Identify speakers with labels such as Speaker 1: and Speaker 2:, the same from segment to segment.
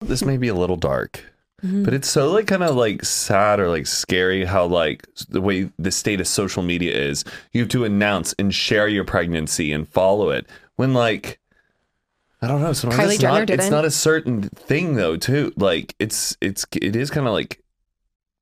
Speaker 1: this may be a little dark,
Speaker 2: Mm-hmm.
Speaker 1: but it's so like kind of like sad or like scary how like s- the way the state of social media is. You have to announce and share your pregnancy and follow it when like I don't know. Sometimes
Speaker 2: Kylie
Speaker 1: it's
Speaker 2: Jenner
Speaker 1: not, It's
Speaker 2: didn't.
Speaker 1: not a certain thing though. Too like it's it's it is kind of like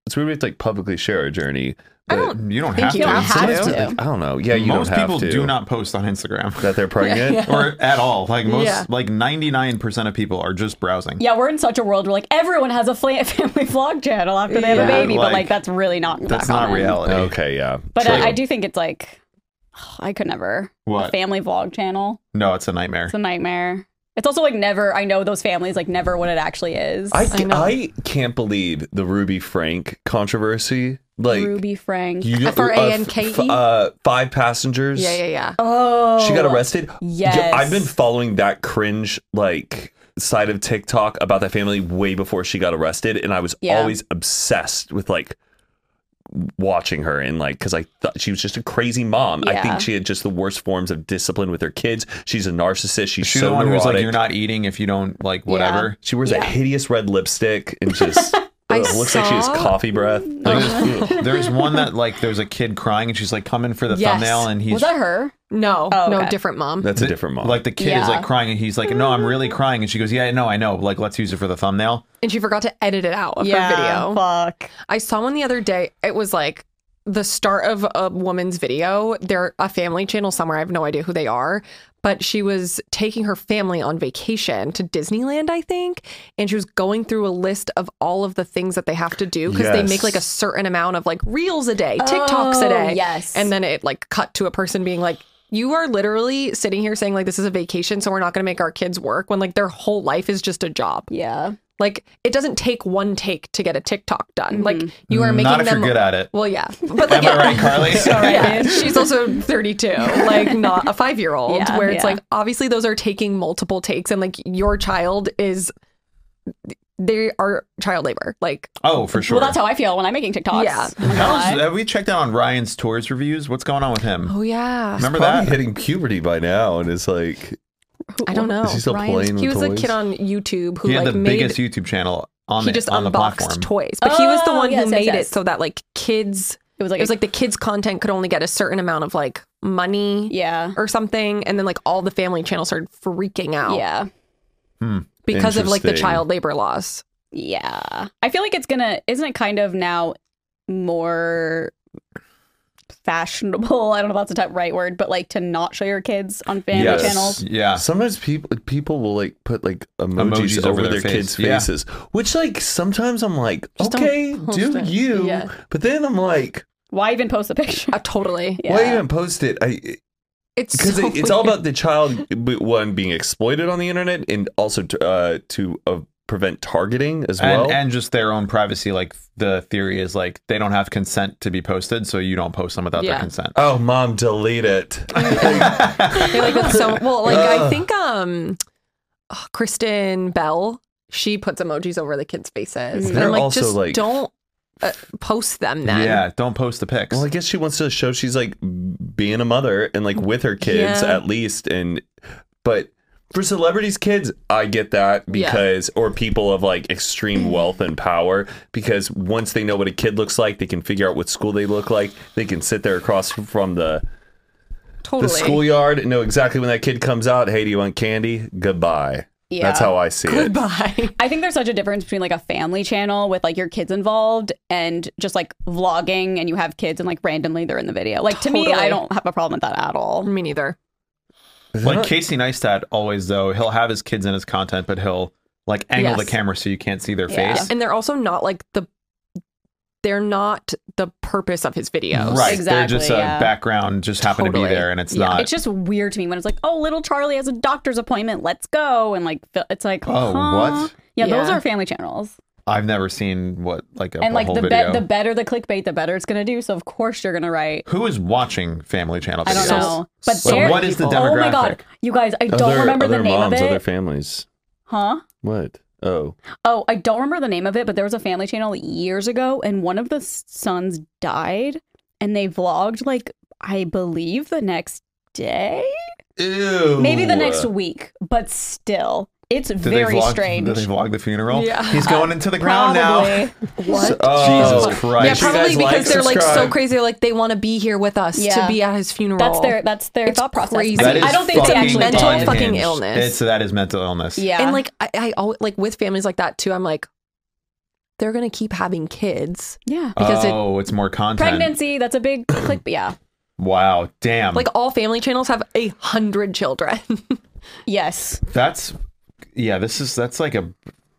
Speaker 1: it's weird we have to like publicly share our journey.
Speaker 2: I
Speaker 1: but
Speaker 2: don't
Speaker 3: You don't
Speaker 2: Think
Speaker 3: have
Speaker 2: you
Speaker 3: to.
Speaker 2: don't have
Speaker 1: sometimes
Speaker 2: to.
Speaker 1: it's, like, I don't know. Yeah, you
Speaker 3: most
Speaker 1: don't have
Speaker 3: people
Speaker 1: to.
Speaker 3: do not post on Instagram
Speaker 1: that they're pregnant.
Speaker 4: Yeah.
Speaker 3: or at all. Like most,
Speaker 2: Yeah.
Speaker 3: like ninety nine percent of people are just browsing.
Speaker 4: Yeah, we're in such a world where like everyone has a fla- family vlog channel after they have
Speaker 2: Yeah.
Speaker 4: a baby, but
Speaker 3: Like,
Speaker 4: like that's really not
Speaker 3: That's
Speaker 4: that
Speaker 3: not
Speaker 4: common.
Speaker 3: reality.
Speaker 1: Okay, yeah.
Speaker 4: But
Speaker 1: True.
Speaker 4: I, I do think it's like I could never a
Speaker 3: What?
Speaker 4: family vlog channel.
Speaker 3: No, it's a nightmare.
Speaker 4: It's a nightmare. It's also like never. I know those families like never what it actually is.
Speaker 1: I,
Speaker 2: I know.
Speaker 1: I can't believe the Ruby Frank controversy. Like
Speaker 4: Ruby Frank.
Speaker 1: you
Speaker 2: F R A N K E?
Speaker 1: f- uh, five passengers.
Speaker 2: Yeah, yeah, yeah.
Speaker 4: oh,
Speaker 1: She got arrested.
Speaker 4: Yes.
Speaker 1: Yeah, I've been following that cringe like side of TikTok about that family way before she got arrested, and I was
Speaker 4: Yeah.
Speaker 1: always obsessed with like watching her and like because I thought she was just a crazy mom. I
Speaker 4: Yeah.
Speaker 1: think she had just the worst forms of discipline with her kids. She's a narcissist. She's
Speaker 3: She's
Speaker 1: so
Speaker 3: the one
Speaker 1: neurotic.
Speaker 3: who's like, you're not eating if you don't like whatever.
Speaker 1: She wears
Speaker 4: Yeah.
Speaker 1: a hideous red lipstick and just ugh,
Speaker 2: I
Speaker 1: looks like she has
Speaker 2: saw-
Speaker 1: coffee breath. Like,
Speaker 3: There's, there's one that like there's a kid crying and she's like coming for the
Speaker 2: Yes.
Speaker 3: thumbnail and he's
Speaker 4: Was that her?
Speaker 2: No,
Speaker 4: Oh,
Speaker 2: no,
Speaker 4: okay.
Speaker 2: different mom.
Speaker 1: that's a different mom.
Speaker 3: like the kid is
Speaker 4: Yeah.
Speaker 3: like crying and he's like no I'm really crying and she goes yeah no I know like let's use it for the thumbnail
Speaker 2: and she forgot to edit it out of her video.
Speaker 4: Fuck.
Speaker 2: I saw one the other day. It was like the start of a woman's video. They're a family channel somewhere. I have no idea who they are, but she was taking her family on vacation to Disneyland, I think. And she was going through a list of all of the things that they have to do because they make
Speaker 1: Yes.
Speaker 2: like a certain amount of like reels a day, TikToks a
Speaker 4: Oh,
Speaker 2: day.
Speaker 4: yes.
Speaker 2: And then it like cut to a person being like, you are literally sitting here saying like this is a vacation, so we're not going to make our kids work when like their whole life is just a job.
Speaker 4: Yeah.
Speaker 2: Like it doesn't take one take to get a TikTok done. Like
Speaker 4: Mm-hmm.
Speaker 2: you are making
Speaker 3: Mm, not if
Speaker 2: them
Speaker 3: you're good at it
Speaker 2: Well, yeah. But like
Speaker 3: am I right Carly
Speaker 2: yeah, she's also 32, like not a 5-year-old
Speaker 4: Yeah,
Speaker 2: where it's
Speaker 4: yeah.
Speaker 2: like obviously those are taking multiple takes and like your child is they are child labor. Like
Speaker 3: oh for sure
Speaker 4: Well, that's how I feel when I'm making TikToks.
Speaker 2: Yeah.
Speaker 4: I'm not gonna
Speaker 3: How's-
Speaker 4: lie.
Speaker 3: have we checked out on Ryan's tours reviews what's going on with him
Speaker 2: oh yeah.
Speaker 3: remember
Speaker 1: probably
Speaker 3: that
Speaker 1: hitting puberty by now, and it's like
Speaker 2: I don't know.
Speaker 1: is he still
Speaker 4: Ryan's-
Speaker 1: playing?
Speaker 2: He
Speaker 1: with
Speaker 2: was a
Speaker 1: toys?
Speaker 2: kid on YouTube who
Speaker 3: he had
Speaker 2: like
Speaker 3: the
Speaker 2: made
Speaker 3: biggest YouTube channel on
Speaker 2: he
Speaker 3: the
Speaker 2: just
Speaker 3: on the
Speaker 2: unboxed
Speaker 3: platform
Speaker 2: toys. But he was the
Speaker 4: Oh,
Speaker 2: one
Speaker 4: yes,
Speaker 2: who
Speaker 4: yes,
Speaker 2: made
Speaker 4: yes.
Speaker 2: it so that like kids
Speaker 4: It was like
Speaker 2: it was like the kids content could only get a certain amount of like money
Speaker 4: yeah,
Speaker 2: or something and then like all the family channels started freaking out
Speaker 4: yeah.
Speaker 2: because of like the
Speaker 1: Interesting.
Speaker 2: child labor laws.
Speaker 4: Yeah. I feel like it's gonna isn't it kind of now more fashionable, I don't know if that's the type right word, but like to not show your kids on family
Speaker 1: Yes.
Speaker 4: channels.
Speaker 3: yeah
Speaker 1: Sometimes people people will like put like emojis,
Speaker 3: Emojis
Speaker 1: over,
Speaker 3: over
Speaker 1: their,
Speaker 3: their face.
Speaker 1: kids'
Speaker 3: Yeah.
Speaker 1: faces, which like sometimes I'm like,
Speaker 2: Just don't
Speaker 1: okay,
Speaker 2: post
Speaker 1: do
Speaker 2: it.
Speaker 1: you?
Speaker 4: Yeah.
Speaker 1: But then I'm like,
Speaker 4: Why even post the picture?
Speaker 2: Uh, totally.
Speaker 4: Yeah.
Speaker 1: why even post it? I
Speaker 2: It's
Speaker 1: because
Speaker 2: so
Speaker 1: it, it's all
Speaker 2: weird.
Speaker 1: about the child b- one being exploited on the internet and also to, uh, to uh, prevent targeting as
Speaker 3: and
Speaker 1: well.
Speaker 3: and just their own privacy like the theory is like they don't have consent to be posted so you don't post them without
Speaker 2: Yeah.
Speaker 3: their consent
Speaker 1: oh, mom, delete it.
Speaker 2: They're like that's so well. Like I think um, oh, Kristen Bell she puts emojis over the kids' faces. And
Speaker 1: Mm. They're
Speaker 2: I'm like,
Speaker 1: also,
Speaker 2: just
Speaker 1: like-
Speaker 2: don't uh, post them then.
Speaker 3: yeah don't post the pics
Speaker 1: Well, I guess she wants to show she's like being a mother and like with her kids
Speaker 2: Yeah.
Speaker 1: at least. And but for celebrities' kids, I get that
Speaker 2: Yeah.
Speaker 1: because or people of like extreme wealth and power because once they know what a kid looks like, they can figure out what school they look like. They can sit there across from the
Speaker 2: totally.
Speaker 1: the schoolyard and know exactly when that kid comes out. Hey, do you want candy? Goodbye.
Speaker 4: Yeah.
Speaker 1: That's how I see it.
Speaker 2: Goodbye.
Speaker 4: I think there's such a difference between like a family channel with like your kids involved and just like vlogging and you have kids and like randomly they're in the video. Like to me,
Speaker 2: Totally. Mm,
Speaker 4: I don't have a problem with that at all.
Speaker 2: Me neither.
Speaker 3: Like Casey Neistat always though, he'll have his kids in his content, but he'll like angle
Speaker 2: Yes.
Speaker 3: the camera so you can't see their
Speaker 4: Yeah.
Speaker 3: face.
Speaker 2: And they're also not like the. They're not the purpose of his videos.
Speaker 3: Right. They're
Speaker 4: Exactly,
Speaker 3: just a
Speaker 4: yeah.
Speaker 3: background just happen to
Speaker 2: Totally.
Speaker 3: be there and it's
Speaker 2: Yeah.
Speaker 3: not
Speaker 4: It's just weird to me when it's like, oh, little Charlie has a doctor's appointment. Let's go. And like, fi- it's like,
Speaker 3: Oh,
Speaker 4: huh?
Speaker 3: what?
Speaker 4: Yeah, those
Speaker 2: Yeah.
Speaker 4: are family channels.
Speaker 3: I've never seen what like a,
Speaker 4: and
Speaker 3: a
Speaker 4: like
Speaker 3: whole
Speaker 4: the,
Speaker 3: video.
Speaker 4: be- the better the clickbait, the better it's going to do. So of course you're going to write.
Speaker 3: Who is watching family channel videos?
Speaker 4: I don't know, but
Speaker 2: So
Speaker 4: there-
Speaker 3: what is the
Speaker 4: Oh my god,
Speaker 3: demographic?
Speaker 4: you guys, I don't remember the name
Speaker 1: moms,
Speaker 4: of it.
Speaker 1: other families.
Speaker 4: huh?
Speaker 1: What? Oh,
Speaker 4: Oh, I don't remember the name of it, but there was a family channel years ago, and one of the s- sons died, and they vlogged like I believe the next day,
Speaker 1: ew.
Speaker 4: maybe the next week, but still, It's
Speaker 3: Did
Speaker 4: very
Speaker 3: they vlog,
Speaker 4: strange.
Speaker 3: Did they vlog the funeral?
Speaker 2: Yeah.
Speaker 3: He's going into the ground now. Oh,
Speaker 4: Probably.
Speaker 1: So-
Speaker 3: Jesus Christ.
Speaker 2: yeah,
Speaker 3: Make sure you
Speaker 2: probably
Speaker 1: guys
Speaker 2: because
Speaker 1: like,
Speaker 2: they're like so
Speaker 1: subscribe.
Speaker 2: crazy. Like they want to be here with us to
Speaker 4: Yeah.
Speaker 2: be at his funeral.
Speaker 4: That's their that's their
Speaker 2: It's
Speaker 4: thought process.
Speaker 2: crazy.
Speaker 4: I,
Speaker 2: That
Speaker 4: mean,
Speaker 2: is
Speaker 4: I don't think they
Speaker 2: fucking
Speaker 4: actually
Speaker 2: mental
Speaker 4: did.
Speaker 2: fucking
Speaker 3: unhinged.
Speaker 2: illness.
Speaker 3: It's that is mental illness.
Speaker 4: Yeah.
Speaker 2: And like I, I always like with families like that too. I'm like, they're gonna keep having kids.
Speaker 4: yeah.
Speaker 2: Because it-
Speaker 3: oh, it's more content.
Speaker 4: Pregnancy, that's a big click. Yeah.
Speaker 3: Wow, damn.
Speaker 2: Like all family channels have a hundred children.
Speaker 4: Yes.
Speaker 3: that's yeah. This is that's like a.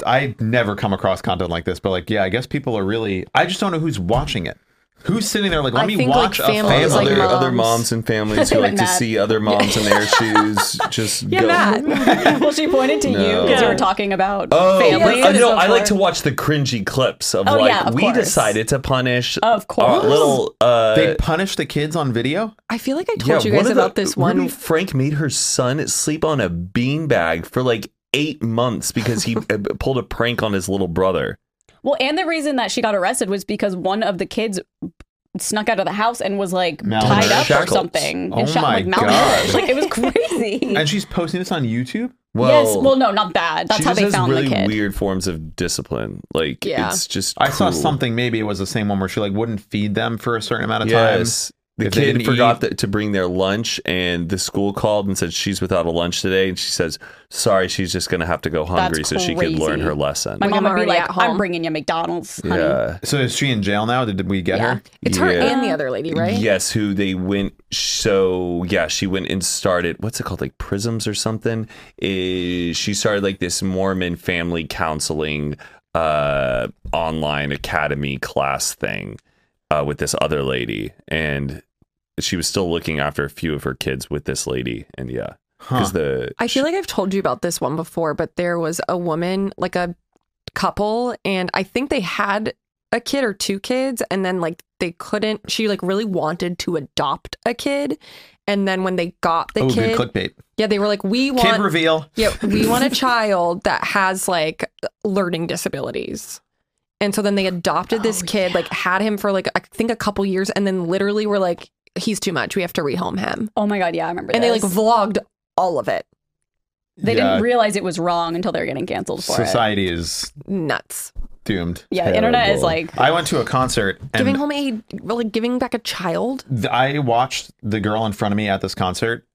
Speaker 3: I never come across content like this, but like yeah, I guess people are really. I just don't know who's watching it. Who's sitting there like let
Speaker 2: I
Speaker 3: me
Speaker 2: think, like,
Speaker 3: watch a
Speaker 2: families,
Speaker 3: family?
Speaker 2: It's like
Speaker 1: other,
Speaker 2: moms.
Speaker 1: other moms and families who like to
Speaker 4: Matt.
Speaker 1: see other moms in their shoes just go.
Speaker 4: well, she pointed to you
Speaker 1: No.
Speaker 4: because we were talking about
Speaker 1: Oh,
Speaker 4: families.
Speaker 1: but, uh,
Speaker 4: and
Speaker 1: no,
Speaker 4: so
Speaker 1: I like
Speaker 4: forth.
Speaker 1: to watch the cringy clips of
Speaker 4: Oh,
Speaker 1: like
Speaker 4: yeah, of
Speaker 1: we
Speaker 4: course. Oh.
Speaker 1: decided to punish
Speaker 4: Of
Speaker 1: our
Speaker 4: course.
Speaker 1: little uh
Speaker 3: they punish the kids on video.
Speaker 2: I feel like I told you
Speaker 1: one
Speaker 2: guys
Speaker 1: of the-
Speaker 2: about this one.
Speaker 1: Ruby Frank made her son sleep on a beanbag for like eight months because he uh, pulled a prank on his little brother.
Speaker 4: Well, and the reason that she got arrested was because one of the kids snuck out of the house and was like
Speaker 3: Malnourished.
Speaker 4: tied up
Speaker 1: Shackled.
Speaker 4: or something.
Speaker 3: Oh
Speaker 4: and shot,
Speaker 3: my
Speaker 4: like,
Speaker 3: God.
Speaker 4: malnourished. Like it was crazy.
Speaker 3: And she's posting this on YouTube.
Speaker 1: Well,
Speaker 4: yes. Well, no, not that. That's
Speaker 1: she
Speaker 4: how
Speaker 1: just
Speaker 4: they
Speaker 1: has
Speaker 4: found
Speaker 1: really
Speaker 4: the kid.
Speaker 1: weird forms of discipline. Like
Speaker 2: Yeah.
Speaker 1: it's just
Speaker 3: I saw
Speaker 1: cruel.
Speaker 3: something. Maybe it was the same one where she like wouldn't feed them for a certain amount of
Speaker 1: Yes. The
Speaker 3: If they
Speaker 1: kid
Speaker 3: didn't
Speaker 1: forgot
Speaker 3: eat-
Speaker 1: that, to bring their lunch, and the school called and said she's without a lunch today. And she says, "Sorry, she's just going to have to go hungry so she could learn
Speaker 4: crazy.
Speaker 1: her lesson."
Speaker 4: My
Speaker 2: Like, I'm
Speaker 4: mom would be
Speaker 2: already
Speaker 4: like,
Speaker 2: at home.
Speaker 4: "I'm bringing you McDonald's, honey."
Speaker 1: yeah,
Speaker 3: time. So is she in jail now? Did we get
Speaker 4: Yeah.
Speaker 3: her?
Speaker 2: it's her
Speaker 1: yeah.
Speaker 2: and the other lady, right?
Speaker 1: Yes, who they went. So yeah, she went and started. What's it called? Like prisms or something. Is she started like this Mormon family counseling uh online academy class thing uh with this other lady and she was still looking after a few of her kids with this lady and yeah
Speaker 3: Huh.
Speaker 1: because the
Speaker 2: I feel like I've told you about this one before, but there was a woman, like a couple, and I think they had a kid or two kids, and then like they couldn't. She like really wanted to adopt a kid, and then when they got the
Speaker 3: Oh,
Speaker 2: kid,
Speaker 3: good clickbait.
Speaker 2: yeah, they were like, "We want,
Speaker 3: Kid reveal.
Speaker 2: yeah, we want a child that has like learning disabilities." And so then they adopted this
Speaker 4: Oh,
Speaker 2: kid, like had him for like I think a couple years, and then literally were like, "He's too much. We have to rehome him."
Speaker 4: Oh my god, yeah, I remember.
Speaker 2: And they like
Speaker 4: this.
Speaker 2: vlogged all of it.
Speaker 4: they
Speaker 3: Yeah.
Speaker 4: didn't realize it was wrong until they were getting canceled for it.
Speaker 3: Society is
Speaker 2: Nuts.
Speaker 3: doomed.
Speaker 4: Yeah, the internet is
Speaker 1: Terrible.
Speaker 4: like
Speaker 3: I went to a concert
Speaker 2: giving
Speaker 3: and
Speaker 2: home a well, like giving back a child.
Speaker 3: th- I watched the girl in front of me at this concert.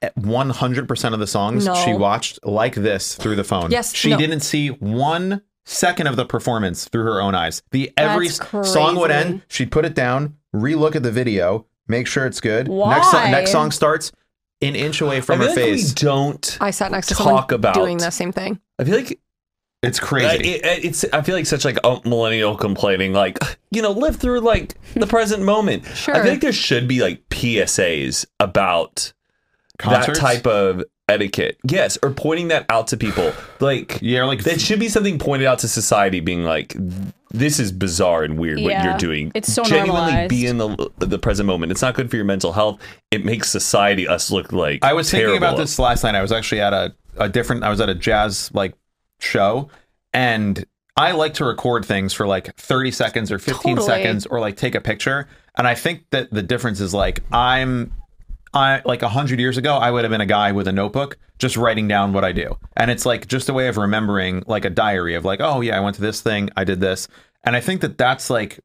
Speaker 3: At 100% of the songs
Speaker 2: No.
Speaker 3: she watched like this through the phone.
Speaker 2: Yes,
Speaker 3: She
Speaker 2: no.
Speaker 3: didn't see one second of the performance through her own eyes. The every
Speaker 4: That's
Speaker 3: s- song would
Speaker 4: crazy.
Speaker 3: end, she'd put it down, relook at the video, make sure it's good. Next, so-
Speaker 4: Why?
Speaker 3: next song starts an inch away from
Speaker 1: I
Speaker 3: her
Speaker 1: feel like
Speaker 3: face.
Speaker 1: we don't
Speaker 2: I sat next to
Speaker 1: talk
Speaker 2: someone
Speaker 1: about
Speaker 2: doing the same thing.
Speaker 1: i feel like
Speaker 3: It's crazy.
Speaker 1: I- it- it's I feel like such like a millennial complaining like you know live through like the present moment. I
Speaker 2: Sure.
Speaker 1: feel like there should be like PSAs about
Speaker 3: Concerts?
Speaker 1: that type of etiquette. Yes, or pointing that out to people. Like
Speaker 3: Yeah, like
Speaker 1: that should be something pointed out to society being like this is bizarre and weird what
Speaker 4: Yeah.
Speaker 1: you're doing.
Speaker 4: It's so
Speaker 1: genuinely be
Speaker 4: normalized.
Speaker 1: in the the present moment. It's not good for your mental health. It makes society us look like
Speaker 3: I was thinking
Speaker 1: terrible.
Speaker 3: about this last night. I was actually at a, a different I was at a jazz like show and I like to record things for like 30 seconds or 15
Speaker 2: Totally.
Speaker 3: seconds or like take a picture. And I think that the difference is like I'm I like 100 years ago I would have been a guy with a notebook just writing down what I do. And it's like just a way of remembering like a diary of like oh yeah, I went to this thing, I did this. And I think that that's like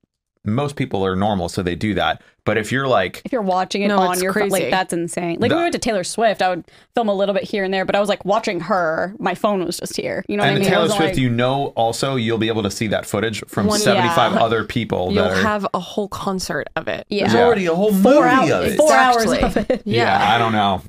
Speaker 3: most people are normal so they do that. But if you're like
Speaker 4: if you're watching it
Speaker 2: No,
Speaker 4: on
Speaker 2: it's
Speaker 4: your phone,
Speaker 2: crazy.
Speaker 4: like that's insane. Like when we went to Taylor Swift, I would film a little bit here and there, but I was like watching her. My phone was just here. You know what
Speaker 3: and
Speaker 4: I
Speaker 3: the
Speaker 4: mean? It
Speaker 3: Taylor
Speaker 4: wasn't,
Speaker 3: Swift,
Speaker 4: like-
Speaker 3: you know, also you'll be able to see that footage from
Speaker 2: One-
Speaker 3: 75
Speaker 4: Yeah.
Speaker 3: other people
Speaker 2: You'll
Speaker 3: that are.
Speaker 2: have a whole concert of it.
Speaker 4: yeah,
Speaker 1: There's already a whole
Speaker 4: four
Speaker 1: movie
Speaker 4: hours,
Speaker 1: of it.
Speaker 4: four
Speaker 2: Exactly.
Speaker 4: hours of it.
Speaker 3: yeah.
Speaker 2: Yeah.
Speaker 3: I don't know.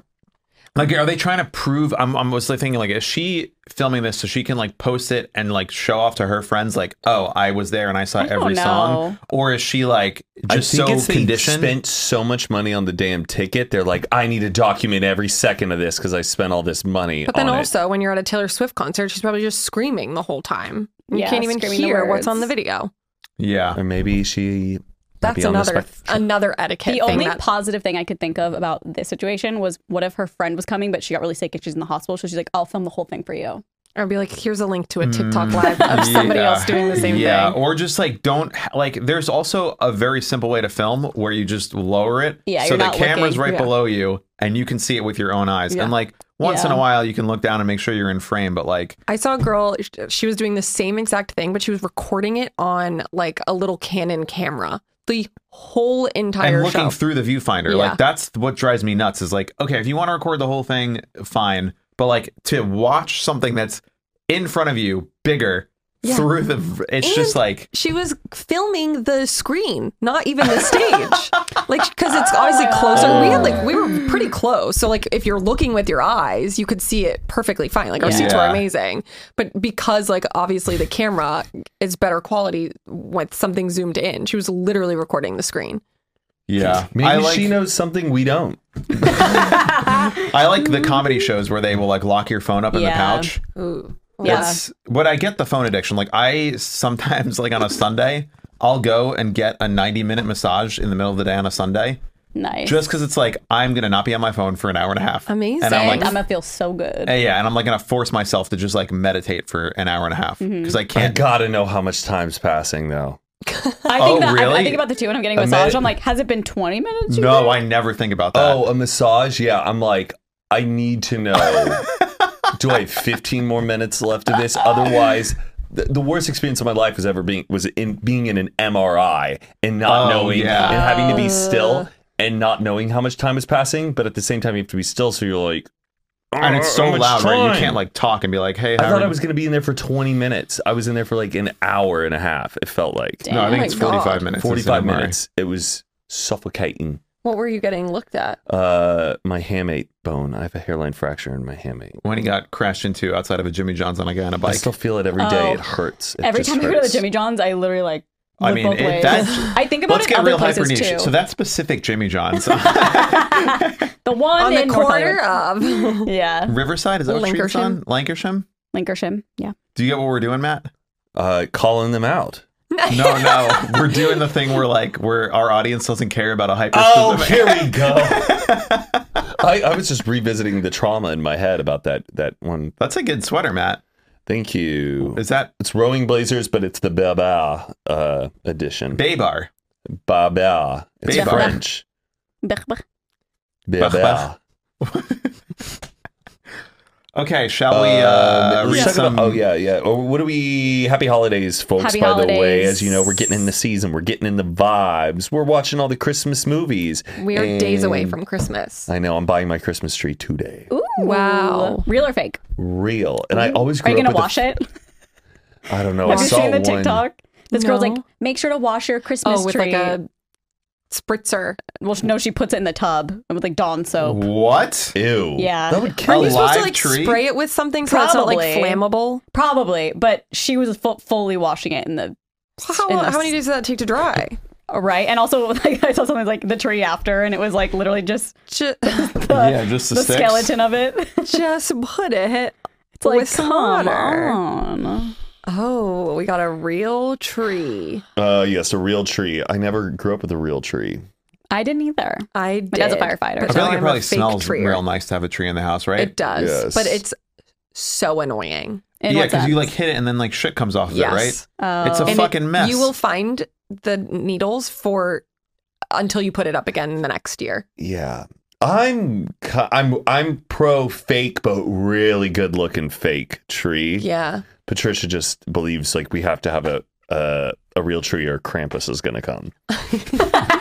Speaker 3: Like, are they trying to prove? I'm, I'm mostly thinking, like, is she filming this so she can like post it and like show off to her friends, like, oh, I was there and I saw
Speaker 4: I don't
Speaker 3: every song,
Speaker 4: know.
Speaker 3: or is she like just so
Speaker 1: they
Speaker 3: conditioned?
Speaker 1: spent so much money on the damn ticket. They're like, I need to document every second of this because I spent all this money.
Speaker 2: But then
Speaker 1: on it."
Speaker 2: also, when you're at a Taylor Swift concert, she's probably just screaming the whole time. You
Speaker 4: Yeah,
Speaker 2: can't even
Speaker 4: screaming the
Speaker 2: hear what's on the
Speaker 4: words.
Speaker 2: video.
Speaker 3: yeah,
Speaker 1: or maybe she. might
Speaker 2: That's
Speaker 1: be on the
Speaker 2: another
Speaker 1: spec-
Speaker 2: another etiquette
Speaker 4: The
Speaker 2: thing.
Speaker 4: only
Speaker 2: that,
Speaker 4: positive thing I could think of about this situation was what if her friend was coming, but she got really sick and she's in the hospital, so she's like, "I'll film the whole thing for you."
Speaker 2: I'd be like, here's a link to a TikTok live of somebody
Speaker 3: Mm. Yeah.
Speaker 2: else doing the same
Speaker 3: yeah,
Speaker 2: thing.
Speaker 3: or just like don't ha- like. There's also a very simple way to film where you just lower it,
Speaker 4: Yeah,
Speaker 3: so
Speaker 4: you're
Speaker 3: the
Speaker 4: not
Speaker 3: camera's
Speaker 4: looking.
Speaker 3: right
Speaker 2: Yeah.
Speaker 3: below you and you can see it with your own eyes.
Speaker 2: Yeah.
Speaker 3: And like, once in
Speaker 4: Yeah.
Speaker 3: a while you can look down and make sure you're in frame, but like
Speaker 2: I saw a girl, sh- she was doing the same exact thing, but she was recording it on like a little Canon camera the whole entire
Speaker 3: and looking
Speaker 2: show.
Speaker 3: through the viewfinder.
Speaker 2: Yeah.
Speaker 3: Like that's what drives me nuts is like, okay, if you want to record the whole thing, fine. But like to watch something that's in front of you, bigger,
Speaker 2: Yeah.
Speaker 3: through the v- it's just like
Speaker 2: she was filming the screen, not even the stage. like, because it's obviously closer. We had like, we were pretty close. So, like, if you're looking with your eyes, you could see it perfectly fine. Like, our seats were
Speaker 3: Yeah.
Speaker 2: amazing. But because, like, obviously the camera is better quality with something zoomed in, she was literally recording the screen.
Speaker 3: yeah.
Speaker 1: Maybe
Speaker 3: I like
Speaker 1: she knows something we don't.
Speaker 3: I like the comedy shows where they will like lock your phone up in the
Speaker 4: Yeah.
Speaker 3: pouch.
Speaker 2: Ooh.
Speaker 4: Yeah.
Speaker 3: That's what I get the phone addiction. Like I sometimes like on a Sunday, I'll go and get a 90 minute massage in the middle of the day on a Sunday.
Speaker 4: Nice.
Speaker 3: Just because it's like I'm gonna not be on my phone for an hour and a half.
Speaker 2: Amazing.
Speaker 3: And I'm
Speaker 4: And
Speaker 3: like,
Speaker 4: I'm gonna feel so good.
Speaker 3: Uh, yeah, and I'm like gonna force myself to just like meditate for an hour and a half
Speaker 4: Mm-hmm.
Speaker 3: because I
Speaker 1: I
Speaker 3: can't.
Speaker 1: gotta know how much time's passing though.
Speaker 4: I think
Speaker 3: Oh,
Speaker 4: that I- I,
Speaker 3: really?
Speaker 4: think about the two when I'm getting a
Speaker 1: A
Speaker 4: massage.
Speaker 1: minute-
Speaker 4: I'm like, has it been 20 minutes? you
Speaker 3: no,
Speaker 4: think?
Speaker 3: I never think about that.
Speaker 1: Oh, a massage? Yeah, I'm like, I need to know. Do I have 15 more minutes left of this? Otherwise, the, the worst experience of my life was ever being was in being in an MRI and not
Speaker 3: Oh,
Speaker 1: knowing
Speaker 3: yeah.
Speaker 1: and having to be still and not knowing how much time is passing. But at the same time, you have to be still, so you're like,
Speaker 3: and it's so
Speaker 1: "How much
Speaker 3: loud, right? You
Speaker 1: time?"
Speaker 3: can't like talk and be like, "Hey,
Speaker 1: I
Speaker 3: how
Speaker 1: thought I
Speaker 3: are you-
Speaker 1: was going to be in there for 20 minutes. I was in there for like an hour and a half. It felt like
Speaker 4: Damn.
Speaker 3: No, I
Speaker 2: Oh
Speaker 3: think
Speaker 2: my
Speaker 3: it's 45
Speaker 2: God.
Speaker 3: minutes. It's
Speaker 1: 45
Speaker 3: an MRI.
Speaker 1: minutes. It was suffocating.
Speaker 2: What were you getting looked at?
Speaker 1: Uh, my hamate bone. I have a hairline fracture in my hamate.
Speaker 3: When he got crashed into outside of a Jimmy John's on a guy on a
Speaker 1: I
Speaker 3: bike.
Speaker 1: still feel it every day.
Speaker 4: Oh.
Speaker 1: It hurts. It
Speaker 4: Every
Speaker 1: just
Speaker 4: time I go to
Speaker 1: hurts.
Speaker 4: the Jimmy John's, I literally like.
Speaker 3: I
Speaker 4: look
Speaker 3: mean,
Speaker 4: both
Speaker 3: it-
Speaker 4: ways.
Speaker 3: that's-
Speaker 4: I think about
Speaker 3: Let's
Speaker 4: it
Speaker 3: get
Speaker 4: other
Speaker 3: real hyper
Speaker 4: places
Speaker 3: niche.
Speaker 4: too.
Speaker 3: So that's specific Jimmy John's.
Speaker 4: the one
Speaker 2: On the
Speaker 4: in North
Speaker 2: corner
Speaker 4: Hollywood.
Speaker 2: of.
Speaker 4: Yeah,
Speaker 3: Riverside is that what street it's on? Lancashire.
Speaker 4: Linkersham. Yeah.
Speaker 3: Do you get what we're doing, Matt?
Speaker 1: uh, calling them out.
Speaker 3: No, no, we're doing the thing where like where our audience doesn't care about a hyper.
Speaker 4: Oh,
Speaker 1: here we go. I, I was just revisiting the trauma in my head about that that one.
Speaker 3: That's a good sweater, Matt.
Speaker 1: Thank you.
Speaker 3: Is that
Speaker 1: It's rowing blazers, but it's the Baba uh, edition.
Speaker 3: Baybar?
Speaker 1: Baba. It's
Speaker 3: Baba.
Speaker 1: French.
Speaker 4: Blech, blech.
Speaker 1: Baba.
Speaker 3: Okay, shall we? Uh,
Speaker 1: Um,
Speaker 3: read
Speaker 1: let's talk
Speaker 3: some...
Speaker 1: about- oh yeah, yeah. Or what do we? Happy holidays, folks.
Speaker 4: Happy
Speaker 1: by the way,
Speaker 4: holidays.
Speaker 1: as you know, we're getting in the season. We're getting in the vibes. We're watching all the Christmas movies.
Speaker 2: We are days away
Speaker 1: And-
Speaker 2: from Christmas.
Speaker 1: I know. I'm buying my Christmas tree today.
Speaker 4: Ooh.
Speaker 2: Wow.
Speaker 4: Real or fake?
Speaker 1: Real, and I always
Speaker 4: Are
Speaker 1: grew
Speaker 4: you
Speaker 1: up
Speaker 4: gonna
Speaker 1: with the-
Speaker 4: wash it?
Speaker 1: I don't know.
Speaker 4: Have
Speaker 1: I
Speaker 4: you
Speaker 1: saw
Speaker 4: seen the
Speaker 1: one.
Speaker 4: TikTok? This girl's like,
Speaker 2: No.
Speaker 4: make sure to wash your Christmas
Speaker 2: Oh, with
Speaker 4: tree.
Speaker 2: like a spritzer.
Speaker 4: Well, no, she puts it in the tub and with like Dawn soap.
Speaker 3: What?
Speaker 1: Ew.
Speaker 4: Yeah.
Speaker 1: That would
Speaker 2: Are
Speaker 1: kill.
Speaker 2: you
Speaker 1: me.
Speaker 2: supposed to
Speaker 3: live
Speaker 2: like
Speaker 3: tree?
Speaker 2: spray it with something so it's not like
Speaker 4: Probably.
Speaker 2: flammable?
Speaker 4: Probably, but she was fu- fully washing it in the
Speaker 2: How,
Speaker 4: in the-
Speaker 2: how many days does that take to dry?
Speaker 4: right. And also, like I saw something like the tree after, and it was like literally just
Speaker 2: Ju-
Speaker 3: Yeah, just the,
Speaker 4: the
Speaker 3: sticks.
Speaker 4: skeleton of it. It's
Speaker 2: Just put it
Speaker 4: like,
Speaker 2: with some
Speaker 4: come
Speaker 2: water.
Speaker 4: on.
Speaker 2: Oh, we got a real tree.
Speaker 1: Uh, yes, a real tree. I never grew up with a real tree.
Speaker 4: I didn't either.
Speaker 2: I did.
Speaker 4: dad's a
Speaker 2: but
Speaker 4: firefighter. I
Speaker 3: I feel like
Speaker 2: now
Speaker 3: it
Speaker 2: I'm a
Speaker 3: probably
Speaker 2: fake
Speaker 3: smells
Speaker 2: treer.
Speaker 3: real nice to have a tree in the house, right?
Speaker 2: It does,
Speaker 1: Yes.
Speaker 2: but it's so annoying.
Speaker 4: In
Speaker 3: yeah,
Speaker 4: what
Speaker 3: because you
Speaker 4: sense?
Speaker 3: like hit it and then like shit comes off of
Speaker 2: yes, Oh.
Speaker 3: it, right? It's a
Speaker 2: And it-
Speaker 3: fucking mess.
Speaker 2: You will find the needles for until you put it up again the next year.
Speaker 1: Yeah. I'm ki- I'm I'm pro fake but really good looking fake tree.
Speaker 2: Yeah.
Speaker 1: Patricia just believes like we have to have a a, a real tree or Krampus is gonna come.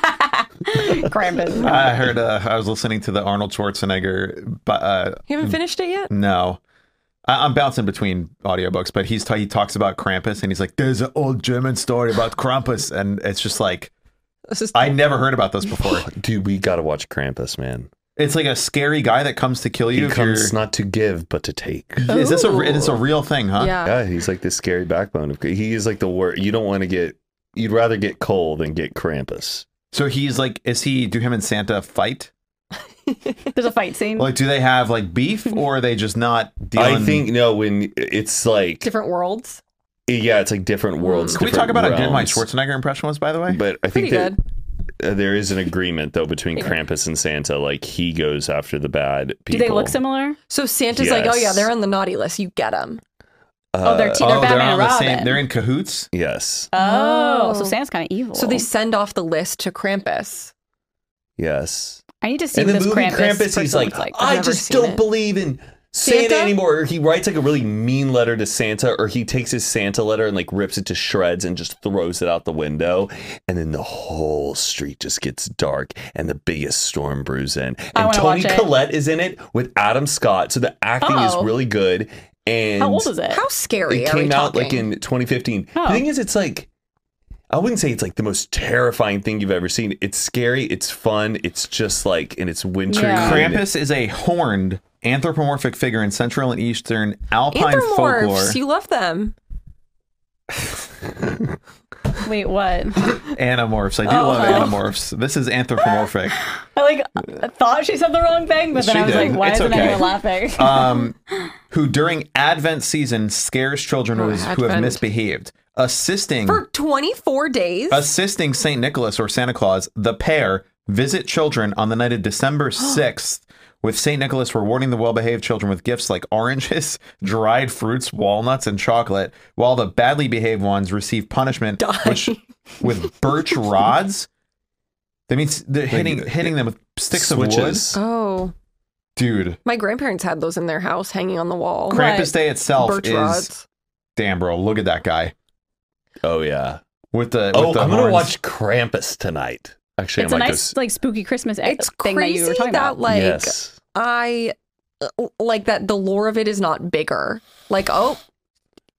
Speaker 4: Krampus.
Speaker 3: I heard. Uh, I was listening to the Arnold Schwarzenegger, but uh,
Speaker 2: You haven't finished it yet?
Speaker 3: no. I- I'm bouncing between audiobooks, but he's ta- he talks about Krampus and he's like, "There's an old German story about Krampus," and it's just like
Speaker 2: This is
Speaker 3: I never heard about this before.
Speaker 1: Dude, we gotta watch Krampus, man.
Speaker 3: It's like a scary guy that comes to kill you.
Speaker 1: He
Speaker 3: if
Speaker 1: comes
Speaker 3: you're-
Speaker 1: not to give but to take.
Speaker 3: is this a re- it's a real thing, huh?
Speaker 2: yeah.
Speaker 1: Yeah, he's like this scary backbone. Of, he is like the worst. You don't want to get. You'd rather get cold than get Krampus.
Speaker 3: So he's like, is he? Do him and Santa fight?
Speaker 4: There's a fight scene.
Speaker 3: Like, do they have like beef, or are they just not dealing?
Speaker 1: I think no. When it's like
Speaker 2: Different worlds.
Speaker 1: yeah, it's like
Speaker 4: Mm.
Speaker 1: different worlds.
Speaker 3: Can we talk
Speaker 1: different
Speaker 3: about how good my
Speaker 1: realms.
Speaker 3: Schwarzenegger impression was, by the way?
Speaker 1: But I think
Speaker 2: Pretty
Speaker 1: that
Speaker 2: good.
Speaker 1: uh, there is an agreement though between Krampus and Santa. Like he goes after the bad
Speaker 4: Do
Speaker 1: people.
Speaker 4: they look similar?
Speaker 2: So Santa's like, oh yeah,
Speaker 1: Yes.
Speaker 2: they're on the naughty list. You get them.
Speaker 4: oh, they're, te- they're Batman and Robin.
Speaker 3: They're in cahoots.
Speaker 1: Uh, Yes,
Speaker 4: Oh,
Speaker 2: Oh.
Speaker 4: so Santa's kind of evil.
Speaker 2: So they send off the list to Krampus.
Speaker 1: yes.
Speaker 4: I need to see
Speaker 1: In the
Speaker 4: this
Speaker 1: movie
Speaker 4: Krampus,
Speaker 1: Krampus, he's
Speaker 4: person
Speaker 1: like,
Speaker 4: looks like.
Speaker 1: I
Speaker 2: never
Speaker 1: just
Speaker 2: seen
Speaker 1: don't
Speaker 2: it."
Speaker 1: believe in Santa,
Speaker 2: Santa?
Speaker 1: anymore. Or he writes like a really mean letter to Santa, or he takes his Santa letter and like rips it to shreds and just throws it out the window. And then the whole street just gets dark and the biggest storm brews in.
Speaker 4: I
Speaker 1: And
Speaker 4: wanna
Speaker 1: Tony
Speaker 4: watch it.
Speaker 1: Collette is in it with Adam Scott. So the acting
Speaker 4: Oh.
Speaker 1: is really good. And
Speaker 4: How old is it?
Speaker 2: How scary
Speaker 1: it
Speaker 2: are we
Speaker 1: came out
Speaker 2: talking?
Speaker 1: like in 2015.
Speaker 4: Oh.
Speaker 1: The thing is, it's like I wouldn't say it's like the most terrifying thing you've ever seen. It's scary. It's fun. It's just like and it's wintry.
Speaker 4: Yeah.
Speaker 1: and
Speaker 3: Krampus is a horned anthropomorphic figure in Central and Eastern Alpine folklore
Speaker 2: Anthropomorphs, you love them.
Speaker 4: Wait, what?
Speaker 3: anamorphs. I do
Speaker 2: Oh.
Speaker 3: love anamorphs. This is anthropomorphic.
Speaker 4: I like thought she said the wrong thing, but then
Speaker 3: She
Speaker 4: I was
Speaker 3: did.
Speaker 4: like, why
Speaker 3: It's
Speaker 4: isn't
Speaker 3: okay.
Speaker 4: anyone laughing?
Speaker 3: um, who during Advent season scares children who,
Speaker 2: Oh,
Speaker 3: is- who have
Speaker 2: Advent.
Speaker 3: misbehaved, assisting
Speaker 2: For 24 days?
Speaker 3: assisting Saint Nicholas or Santa Claus. The pair visit children on the night of December sixth. With St. Nicholas rewarding the well behaved children with gifts like oranges, dried fruits, walnuts, and chocolate, while the badly behaved ones receive punishment which, with birch rods. That means they're hitting hitting them with sticks of wood.
Speaker 1: uh, switches.
Speaker 2: oh.
Speaker 3: Dude,
Speaker 2: My grandparents had those in their house hanging on the wall.
Speaker 4: Crap
Speaker 3: Krampus Day itself
Speaker 2: Birch
Speaker 3: is
Speaker 2: rods.
Speaker 3: damn, bro. Look at that guy
Speaker 1: Oh yeah.
Speaker 3: with the.
Speaker 1: Oh,
Speaker 3: with the
Speaker 1: I'm gonna
Speaker 3: horns.
Speaker 1: watch Krampus tonight. Actually,
Speaker 4: it's
Speaker 1: I
Speaker 4: a
Speaker 1: might
Speaker 4: nice,
Speaker 1: go. s-
Speaker 4: like, spooky Christmas e-
Speaker 2: It's
Speaker 4: thing that
Speaker 2: crazy
Speaker 4: you
Speaker 2: that,
Speaker 4: were talking about.
Speaker 2: like
Speaker 1: yes.
Speaker 2: I like that the lore of it is not bigger. Like, oh,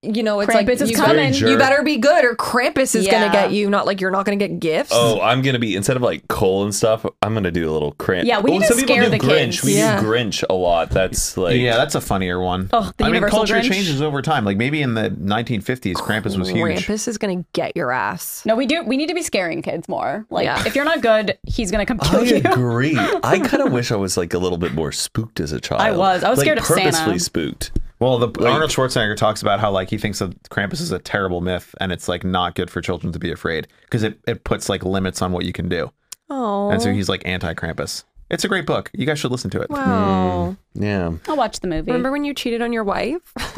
Speaker 2: you know, it's like
Speaker 4: Krampus is
Speaker 2: you,
Speaker 1: Very
Speaker 4: coming.
Speaker 1: jerk.
Speaker 2: you better be good or Krampus is
Speaker 4: Yeah.
Speaker 2: gonna get you, not like you're not gonna get gifts.
Speaker 1: Oh, I'm gonna be instead of like coal and stuff. I'm gonna do a little Krampus.
Speaker 4: Yeah, we
Speaker 1: oh,
Speaker 4: need to
Speaker 1: some people
Speaker 4: scare
Speaker 1: do
Speaker 4: the
Speaker 1: Grinch.
Speaker 4: kids.
Speaker 1: We
Speaker 2: Yeah.
Speaker 1: do Grinch a lot. That's like
Speaker 3: yeah, that's a funnier one.
Speaker 4: Oh, the
Speaker 3: I mean,
Speaker 4: Universal
Speaker 3: culture
Speaker 4: Grinch.
Speaker 3: changes over time. Like maybe in the 1950s, Krampus was huge.
Speaker 2: Krampus is gonna get your ass.
Speaker 4: No, we do. We need to be scaring kids more. Like,
Speaker 2: Yeah.
Speaker 4: if you're not good, he's gonna come
Speaker 1: I
Speaker 4: kill you.
Speaker 1: agree. I kind of wish I was like a little bit more spooked as a child.
Speaker 4: was. I was
Speaker 1: Like,
Speaker 4: scared of Santa.
Speaker 1: Purposefully spooked.
Speaker 3: Well, the Arnold Schwarzenegger talks about how like he thinks that Krampus is a terrible myth and it's like not good for children to be afraid because it, it puts like limits on what you can do.
Speaker 2: Oh,
Speaker 3: And so he's like anti Krampus. It's a great book. You guys should listen to it.
Speaker 2: wow.
Speaker 1: Yeah.
Speaker 4: I'll watch the movie.
Speaker 2: Remember when you cheated on your wife?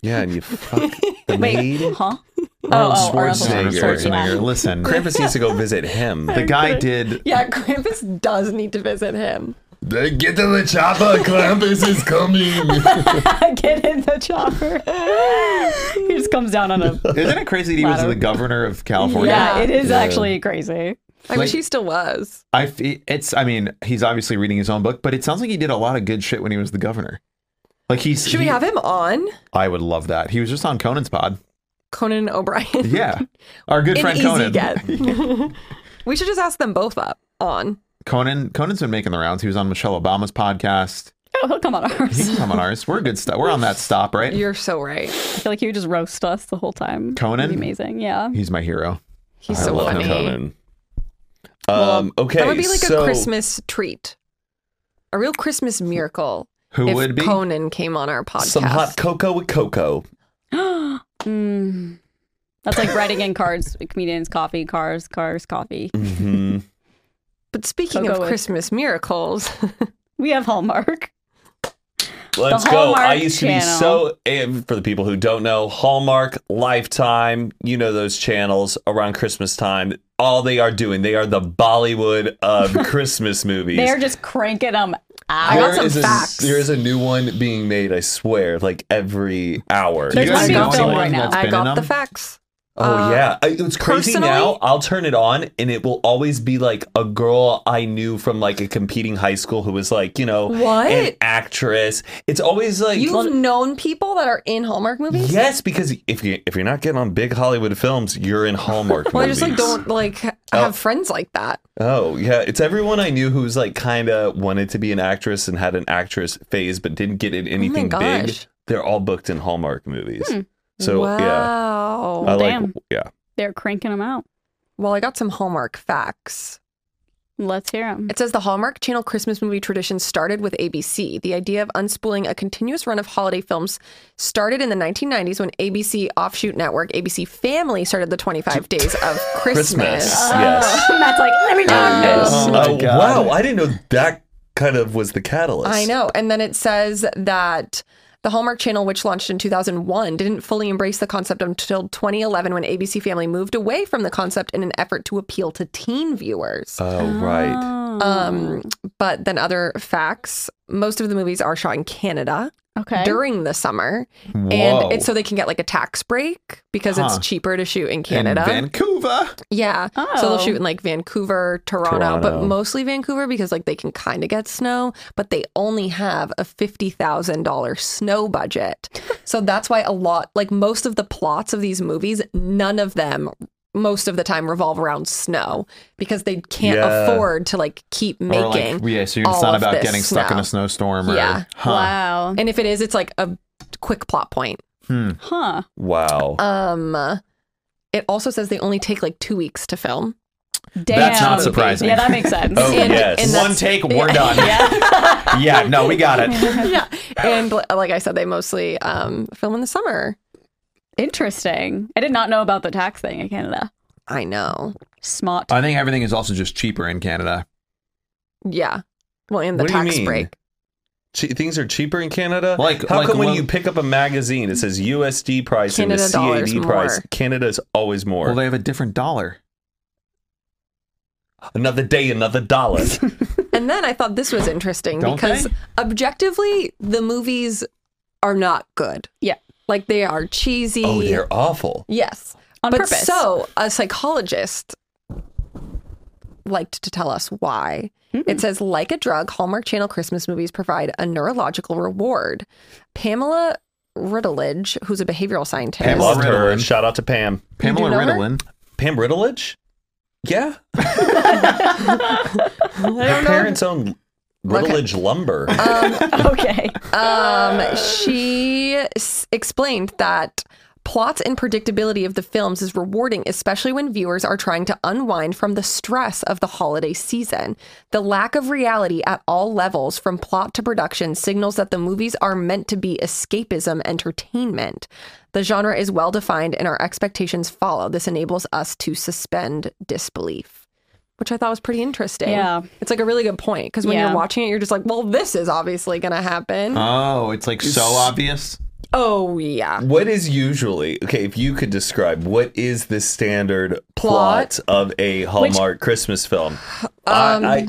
Speaker 1: Yeah, and you fuck the
Speaker 4: Wait,
Speaker 1: maid.
Speaker 4: huh?
Speaker 1: Arnold
Speaker 4: oh, Arnold
Speaker 3: Arnold
Speaker 1: Schwarzenegger.
Speaker 3: Schwarzenegger. Listen,
Speaker 1: Krampus needs to go visit him.
Speaker 3: the guy did.
Speaker 2: yeah, Krampus does need to visit him.
Speaker 1: Get to the chopper. Krampus is coming.
Speaker 4: Get in the chopper. he just comes down on a.
Speaker 3: Isn't it crazy that he was
Speaker 4: Ladder.
Speaker 3: the governor of California?
Speaker 4: Yeah, it is
Speaker 1: Yeah.
Speaker 4: actually crazy.
Speaker 2: I wish he still was.
Speaker 3: I f- it's I mean he's obviously reading his own book, but it sounds like he did a lot of good shit when he was the governor. Like he's
Speaker 2: Should we
Speaker 3: he-
Speaker 2: have him on?
Speaker 3: I would love that. He was just on Conan's pod.
Speaker 2: Conan O'Brien.
Speaker 3: Yeah, our good
Speaker 2: An
Speaker 3: friend
Speaker 2: easy
Speaker 3: Conan.
Speaker 2: get. we should just ask them both up on.
Speaker 3: Conan Conan's been making the rounds. He was on Michelle Obama's podcast.
Speaker 4: Oh, he'll come on
Speaker 3: He
Speaker 4: ours.
Speaker 3: can come on ours. We're good stuff. We're on that stop, right?
Speaker 2: You're so right.
Speaker 4: I feel like he would just roast us the whole time.
Speaker 3: Conan?
Speaker 4: It'd be amazing. Yeah.
Speaker 3: He's my hero.
Speaker 2: He's
Speaker 1: I
Speaker 2: so
Speaker 1: love
Speaker 2: funny.
Speaker 1: Conan. Um, okay,
Speaker 2: that would be like
Speaker 1: so
Speaker 2: a Christmas treat, a real Christmas miracle.
Speaker 3: Who
Speaker 2: if
Speaker 3: would be?
Speaker 2: Conan came on our podcast?
Speaker 1: some hot cocoa with cocoa.
Speaker 4: Mm. That's like writing in cars, comedians, coffee, cars, cars, coffee.
Speaker 1: hmm
Speaker 2: but speaking
Speaker 4: Cocoa
Speaker 2: of
Speaker 4: with-
Speaker 2: Christmas miracles,
Speaker 4: We have Hallmark.
Speaker 1: Let's
Speaker 4: The
Speaker 1: go. I
Speaker 4: Hallmark
Speaker 1: used
Speaker 4: Channel.
Speaker 1: to be so eh, for the people who don't know Hallmark, Lifetime, you know those channels around Christmas time. All they are doing, they are the Bollywood of Christmas movies.
Speaker 4: They are just cranking them out.
Speaker 2: I got
Speaker 1: There
Speaker 2: some
Speaker 1: is a,
Speaker 2: facts.
Speaker 1: There is a new one being made, I swear, like every hour.
Speaker 3: Do you
Speaker 4: There's
Speaker 3: guys
Speaker 4: one being
Speaker 3: know
Speaker 4: filmed
Speaker 3: anyone
Speaker 4: right now.
Speaker 3: that's
Speaker 2: I
Speaker 3: been in
Speaker 2: got the
Speaker 3: them?
Speaker 2: facts.
Speaker 1: Oh
Speaker 2: Uh,
Speaker 1: yeah, I, it's crazy
Speaker 2: personally-
Speaker 1: now. I'll turn it on, and it will always be like a girl I knew from like a competing high school who was like, you know,
Speaker 2: What?
Speaker 1: an actress. It's always like
Speaker 2: You've known people that are in Hallmark movies.
Speaker 1: yes, because if you if you're not getting on big Hollywood films, you're in Hallmark.
Speaker 2: Well, I
Speaker 1: movies.
Speaker 2: just like don't like have
Speaker 1: Oh.
Speaker 2: friends like that.
Speaker 1: Oh yeah, it's everyone I knew who's like kind of wanted to be an actress and had an actress phase, but didn't get in anything big.
Speaker 2: Oh gosh. Hmm.
Speaker 1: They're all booked in Hallmark movies. So yeah, Uh,
Speaker 2: wow.
Speaker 1: I like
Speaker 4: Damn.
Speaker 1: yeah.
Speaker 4: They're cranking them out.
Speaker 2: Well, I got some Hallmark facts.
Speaker 4: Let's hear them.
Speaker 2: It says the Hallmark Channel Christmas movie tradition started with ABC. The idea of unspooling a continuous run of holiday films started in the 1990s when ABC offshoot network ABC Family started the 25 Days of
Speaker 1: Christmas.
Speaker 2: Christmas.
Speaker 1: yes.
Speaker 4: Oh, Matt's like, let me down this.
Speaker 3: Oh my
Speaker 1: Oh,
Speaker 3: God.
Speaker 1: wow, I didn't know that kind of was the catalyst.
Speaker 2: I know. And then it says that The Hallmark Channel, which launched in 2001, didn't fully embrace the concept until 2011 when ABC Family moved away from the concept in an effort to appeal to teen viewers.
Speaker 1: Oh,
Speaker 4: Ah.
Speaker 1: right.
Speaker 2: Um, but then other facts most of the movies are shot in Canada
Speaker 4: Oh. okay.
Speaker 2: during the summer.
Speaker 3: Whoa.
Speaker 2: And it's so they can get like a tax break because
Speaker 3: Huh.
Speaker 2: it's cheaper to shoot in
Speaker 3: in
Speaker 2: Canada.
Speaker 3: Vancouver.
Speaker 2: yeah. So they'll
Speaker 4: Oh.
Speaker 2: shoot in like Vancouver, Toronto, but
Speaker 1: Toronto.
Speaker 2: mostly Vancouver because like they can kind of get snow, but they only have a $50,000 snow budget. so that's why a lot, like most of the plots of these movies, none of them most of the time revolve around snow because they can't
Speaker 1: Yeah.
Speaker 2: afford to like keep
Speaker 3: Or like,
Speaker 2: making.
Speaker 3: yeah, so it's
Speaker 2: all
Speaker 3: not
Speaker 2: of
Speaker 3: about
Speaker 2: this
Speaker 3: getting stuck in
Speaker 2: snow.
Speaker 3: a snowstorm. Or,
Speaker 2: Yeah.
Speaker 3: Huh.
Speaker 4: Wow.
Speaker 2: and if it is, it's like a quick plot point.
Speaker 3: Hmm.
Speaker 4: Huh.
Speaker 1: Wow.
Speaker 2: Um, it also says they only take like two weeks to film.
Speaker 4: Damn.
Speaker 3: That's not surprising.
Speaker 4: Yeah, that makes sense.
Speaker 1: Oh,
Speaker 2: and-
Speaker 1: yes.
Speaker 2: and
Speaker 3: One
Speaker 2: that's-
Speaker 3: take, we're done.
Speaker 4: yeah.
Speaker 3: yeah, no, we got it.
Speaker 2: yeah, and li- like I said, they mostly um, film in the summer.
Speaker 4: Interesting. I did not know about the tax thing in Canada.
Speaker 2: I know.
Speaker 4: Smart.
Speaker 3: I think everything is also just cheaper in Canada.
Speaker 2: Yeah. Well, and the
Speaker 1: What do you
Speaker 2: tax
Speaker 1: mean?
Speaker 2: break.
Speaker 1: Che- things are cheaper in Canada.
Speaker 3: Like-
Speaker 1: how
Speaker 3: like
Speaker 1: come when
Speaker 3: one-
Speaker 1: you pick up a magazine, it says USD price
Speaker 2: Canada
Speaker 1: and the
Speaker 2: dollars
Speaker 1: CAD price?
Speaker 2: more.
Speaker 1: Canada's always more.
Speaker 3: Well, they have a different dollar.
Speaker 1: another day, another dollar.
Speaker 2: And then I thought this was interesting
Speaker 3: Don't
Speaker 2: because
Speaker 3: they?
Speaker 2: objectively, the movies are not good.
Speaker 4: Yeah.
Speaker 2: Like they are cheesy.
Speaker 1: oh, they're awful.
Speaker 2: yes.
Speaker 4: On
Speaker 2: but
Speaker 4: purpose.
Speaker 2: So a psychologist liked to tell us why.
Speaker 4: Hmm.
Speaker 2: It says, like a drug, Hallmark Channel Christmas movies provide a neurological reward. Pamela Riddledge, who's a behavioral scientist.
Speaker 3: Pamela
Speaker 1: Loved her.
Speaker 3: Ritalin.
Speaker 1: Shout out to Pam.
Speaker 3: Pamela
Speaker 2: do know her?
Speaker 3: Ritalin.
Speaker 1: Pam Riddledge? Yeah. Her
Speaker 2: don't know.
Speaker 1: parents own Riddledge Lumber.
Speaker 4: okay.
Speaker 2: Um, she s- explained that plots and predictability of the films is rewarding, especially when viewers are trying to unwind from the stress of the holiday season. The lack of reality at all levels, from plot to production, signals that the movies are meant to be escapism entertainment. The genre is well defined and our expectations follow. This enables us to suspend disbelief. Which I thought was pretty interesting.
Speaker 4: Yeah.
Speaker 2: It's like a really good point because when
Speaker 4: Yeah.
Speaker 2: you're watching it, you're just like, well, this is obviously going to happen.
Speaker 3: Oh, it's like so obvious.
Speaker 2: Oh yeah.
Speaker 1: what is usually okay? If you could describe what is the standard plot,
Speaker 2: Plot.
Speaker 1: of a Hallmark Christmas film?
Speaker 2: Um,
Speaker 1: I, I,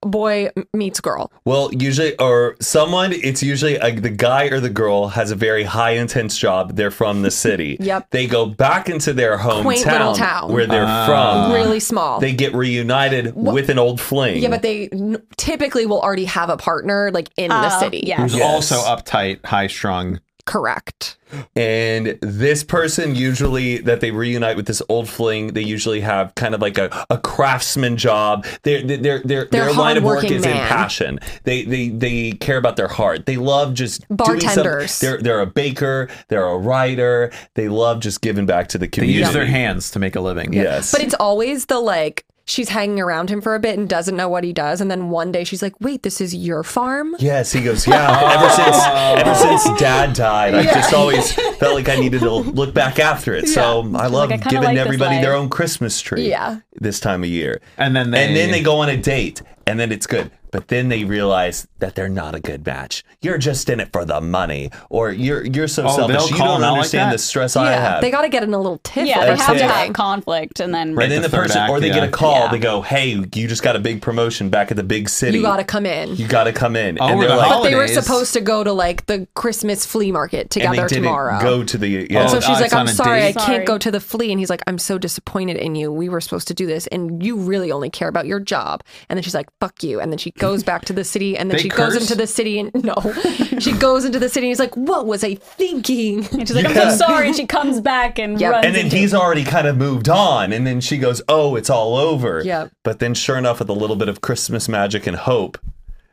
Speaker 2: Boy meets girl.
Speaker 1: Well, usually, or someone, it's usually like the guy or the girl has a very high intense job. They're from the city.
Speaker 2: Yep.
Speaker 1: They go back into their
Speaker 2: Quaint
Speaker 1: hometown
Speaker 2: little town. Ah.
Speaker 1: where they're from.
Speaker 2: really small.
Speaker 1: Uh, They get reunited with an old fling.
Speaker 2: yeah, but they n- typically will already have a partner like in the
Speaker 4: Oh,
Speaker 2: city.
Speaker 4: Yeah.
Speaker 3: Who's
Speaker 1: Yes.
Speaker 3: also uptight, high strung.
Speaker 2: Correct.
Speaker 1: and this person usually that they reunite with this old fling, they usually have kind of like a, a craftsman job. Their their their their line of work
Speaker 2: hardworking
Speaker 1: is in
Speaker 2: man.
Speaker 1: passion. They they they care about their heart. They love just doing something.
Speaker 2: Bartenders.
Speaker 1: They're they're a baker. They're a writer. They love just giving back to the
Speaker 3: They
Speaker 1: community.
Speaker 3: use their hands to make a living.
Speaker 1: Yes,
Speaker 2: But it's always the like she's hanging around him for a bit and doesn't know what he does, and then one day she's like, "Wait, this is your farm."
Speaker 1: Yes, he goes, yeah, ever since
Speaker 2: Oh.
Speaker 1: ever since dad died, I've just always felt like I needed to look back after it. So I love
Speaker 4: I kinda
Speaker 1: giving
Speaker 4: like this
Speaker 1: everybody their
Speaker 4: life.
Speaker 1: own Christmas tree
Speaker 2: Yeah.
Speaker 1: this time of year.
Speaker 3: And then they-
Speaker 1: And then they go on a date and then it's good. But then they realize that they're not a good match. You're just in it for the money. Or you're you're so
Speaker 3: Oh, they'll
Speaker 1: selfish. You
Speaker 3: call
Speaker 1: don't
Speaker 3: them out like
Speaker 1: understand
Speaker 3: that?
Speaker 1: the stress I have.
Speaker 2: They got to get in a little tiff.
Speaker 4: Yeah,
Speaker 2: over
Speaker 4: they have to
Speaker 1: it.
Speaker 4: have conflict and then
Speaker 3: Right.
Speaker 1: and then
Speaker 3: the
Speaker 1: the,
Speaker 3: third
Speaker 1: person
Speaker 3: act,
Speaker 1: or they
Speaker 3: yeah.
Speaker 1: get a call,
Speaker 4: Yeah.
Speaker 1: they go, Hey, you just got a big promotion back at the big city.
Speaker 2: You got to come in.
Speaker 1: You gotta come in.
Speaker 3: Oh,
Speaker 1: and
Speaker 3: we're
Speaker 1: they're
Speaker 3: the
Speaker 1: like
Speaker 2: but they were
Speaker 3: Holidays.
Speaker 2: supposed to go to like the Christmas flea market
Speaker 1: and they
Speaker 2: together
Speaker 1: didn't
Speaker 2: tomorrow.
Speaker 1: go to the yeah.
Speaker 3: Oh,
Speaker 2: So
Speaker 3: it's
Speaker 2: she's like,
Speaker 3: on
Speaker 2: I'm
Speaker 3: a
Speaker 2: sorry,
Speaker 3: date?
Speaker 2: I
Speaker 4: Sorry.
Speaker 2: can't go to the flea. And he's like, I'm so disappointed in you. We were supposed to do this, and you really only care about your job. And then she's like, fuck you. And then she goes back to the city, and then
Speaker 3: They
Speaker 2: she
Speaker 3: curse?
Speaker 2: goes into the city, and no, she goes into the city, and he's like, what was I thinking?
Speaker 4: And she's like, I'm so sorry. And she comes back and
Speaker 2: Yep.
Speaker 4: runs.
Speaker 1: and then
Speaker 4: into-
Speaker 1: he's already kind of moved on and then she goes oh it's all over
Speaker 2: Yep.
Speaker 1: but then sure enough with a little bit of christmas magic and hope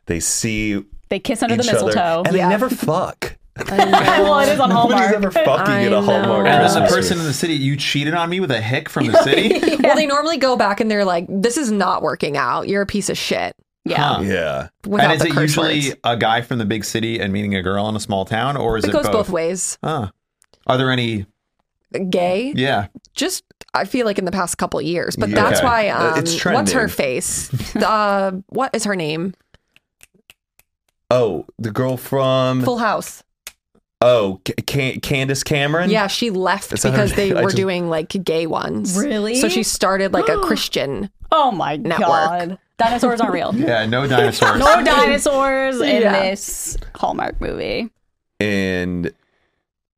Speaker 1: they see
Speaker 4: they kiss under the
Speaker 1: each other
Speaker 4: mistletoe.
Speaker 1: and they never fuck
Speaker 4: well, it is on
Speaker 1: nobody's
Speaker 4: Hallmark.
Speaker 1: ever fucking
Speaker 2: I
Speaker 1: at a
Speaker 2: know.
Speaker 1: hallmark
Speaker 3: And then the
Speaker 1: Christmas
Speaker 3: person in
Speaker 1: movie.
Speaker 3: the city, you cheated on me with a hick from the city?
Speaker 2: Well, they normally go back and they're like, this is not working out. You're a piece of shit.
Speaker 4: yeah.
Speaker 3: Huh.
Speaker 1: yeah
Speaker 2: Without
Speaker 3: and is
Speaker 2: the
Speaker 3: it
Speaker 2: curse
Speaker 3: usually
Speaker 2: words.
Speaker 3: a guy from the big city and meeting a girl in a small town, or is it,
Speaker 2: It goes
Speaker 3: both?
Speaker 2: both ways.
Speaker 3: Huh. Are there any?
Speaker 2: Gay,
Speaker 3: Yeah,
Speaker 2: just I feel like in the past couple years, but
Speaker 1: Yeah.
Speaker 2: that's
Speaker 1: Okay.
Speaker 2: why.
Speaker 1: Uh,
Speaker 2: Um,
Speaker 1: it's
Speaker 2: what's
Speaker 1: trending.
Speaker 2: her face? uh, what is her name?
Speaker 1: oh the girl from
Speaker 2: Full House.
Speaker 1: Oh, C- Can- Candace Cameron.
Speaker 2: Yeah, she left
Speaker 1: That's not her
Speaker 2: because they
Speaker 1: name. I
Speaker 2: were
Speaker 1: just-
Speaker 2: doing like gay ones.
Speaker 4: Really?
Speaker 2: So she started like a Christian.
Speaker 4: Oh my
Speaker 2: Network.
Speaker 4: god. Dinosaurs aren't real.
Speaker 3: Yeah, no dinosaurs.
Speaker 4: No dinosaurs in
Speaker 2: Yeah.
Speaker 4: this Hallmark movie.
Speaker 1: and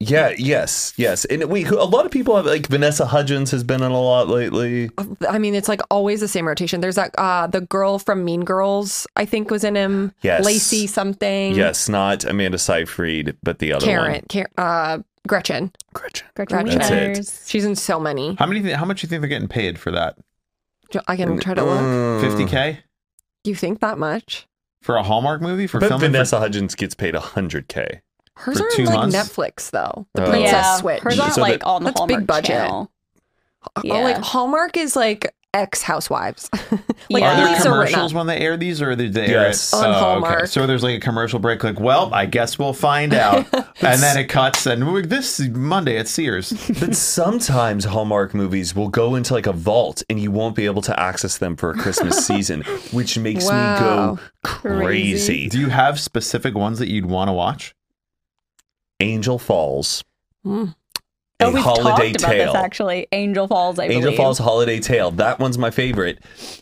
Speaker 1: yeah, yes, yes. And we a lot of people have like Vanessa Hudgens has been in a lot lately.
Speaker 2: I mean, it's like always the same rotation. There's that uh the girl from Mean Girls, I think was in him.
Speaker 1: Yes.
Speaker 2: Lacey something.
Speaker 1: Yes, not Amanda Seyfried, but the other one,
Speaker 2: Karen. Karen uh Gretchen.
Speaker 1: Gretchen.
Speaker 4: Gretchen
Speaker 2: That's
Speaker 1: it.
Speaker 4: Wieners.
Speaker 2: She's in so many.
Speaker 3: How many? Th- how much do you think they're getting paid for that?
Speaker 2: I can try to look.
Speaker 1: Mm.
Speaker 3: Fifty k
Speaker 2: You think that much?
Speaker 3: for a Hallmark movie for
Speaker 1: But
Speaker 3: filming? for-
Speaker 1: Vanessa Hudgens gets paid hundred k.
Speaker 2: Hers
Speaker 3: For
Speaker 2: are
Speaker 3: two
Speaker 2: on like
Speaker 3: months?
Speaker 2: Netflix though. The
Speaker 1: Oh.
Speaker 2: Princess
Speaker 4: yeah.
Speaker 2: Switch.
Speaker 4: Hers aren't
Speaker 1: So
Speaker 4: like
Speaker 1: that-
Speaker 4: on the
Speaker 2: That's
Speaker 4: Hallmark
Speaker 2: big budget.
Speaker 4: Channel.
Speaker 2: Oh,
Speaker 4: Yeah.
Speaker 2: like Hallmark is like ex housewives. like
Speaker 4: Yeah.
Speaker 3: Are there
Speaker 2: Lisa
Speaker 3: commercials
Speaker 2: Rinna.
Speaker 3: when they air these, or did they
Speaker 1: Yes.
Speaker 3: air
Speaker 2: On
Speaker 3: it? Oh,
Speaker 2: Hallmark.
Speaker 3: So there's like a commercial break, like, well, I guess we'll find out, and then it cuts, and we're, this is Monday at Sears.
Speaker 1: But sometimes Hallmark movies will go into like a vault and you won't be able to access them for a Christmas season, which makes
Speaker 2: Wow.
Speaker 1: me go crazy.
Speaker 3: Do you have specific ones that you'd want to watch?
Speaker 1: Angel Falls,
Speaker 2: Hmm.
Speaker 1: a
Speaker 4: Oh, we've
Speaker 1: holiday
Speaker 4: talked about
Speaker 1: tale.
Speaker 4: this actually. Angel Falls, I
Speaker 1: Angel
Speaker 4: believe.
Speaker 1: Falls Holiday Tale. That one's my favorite.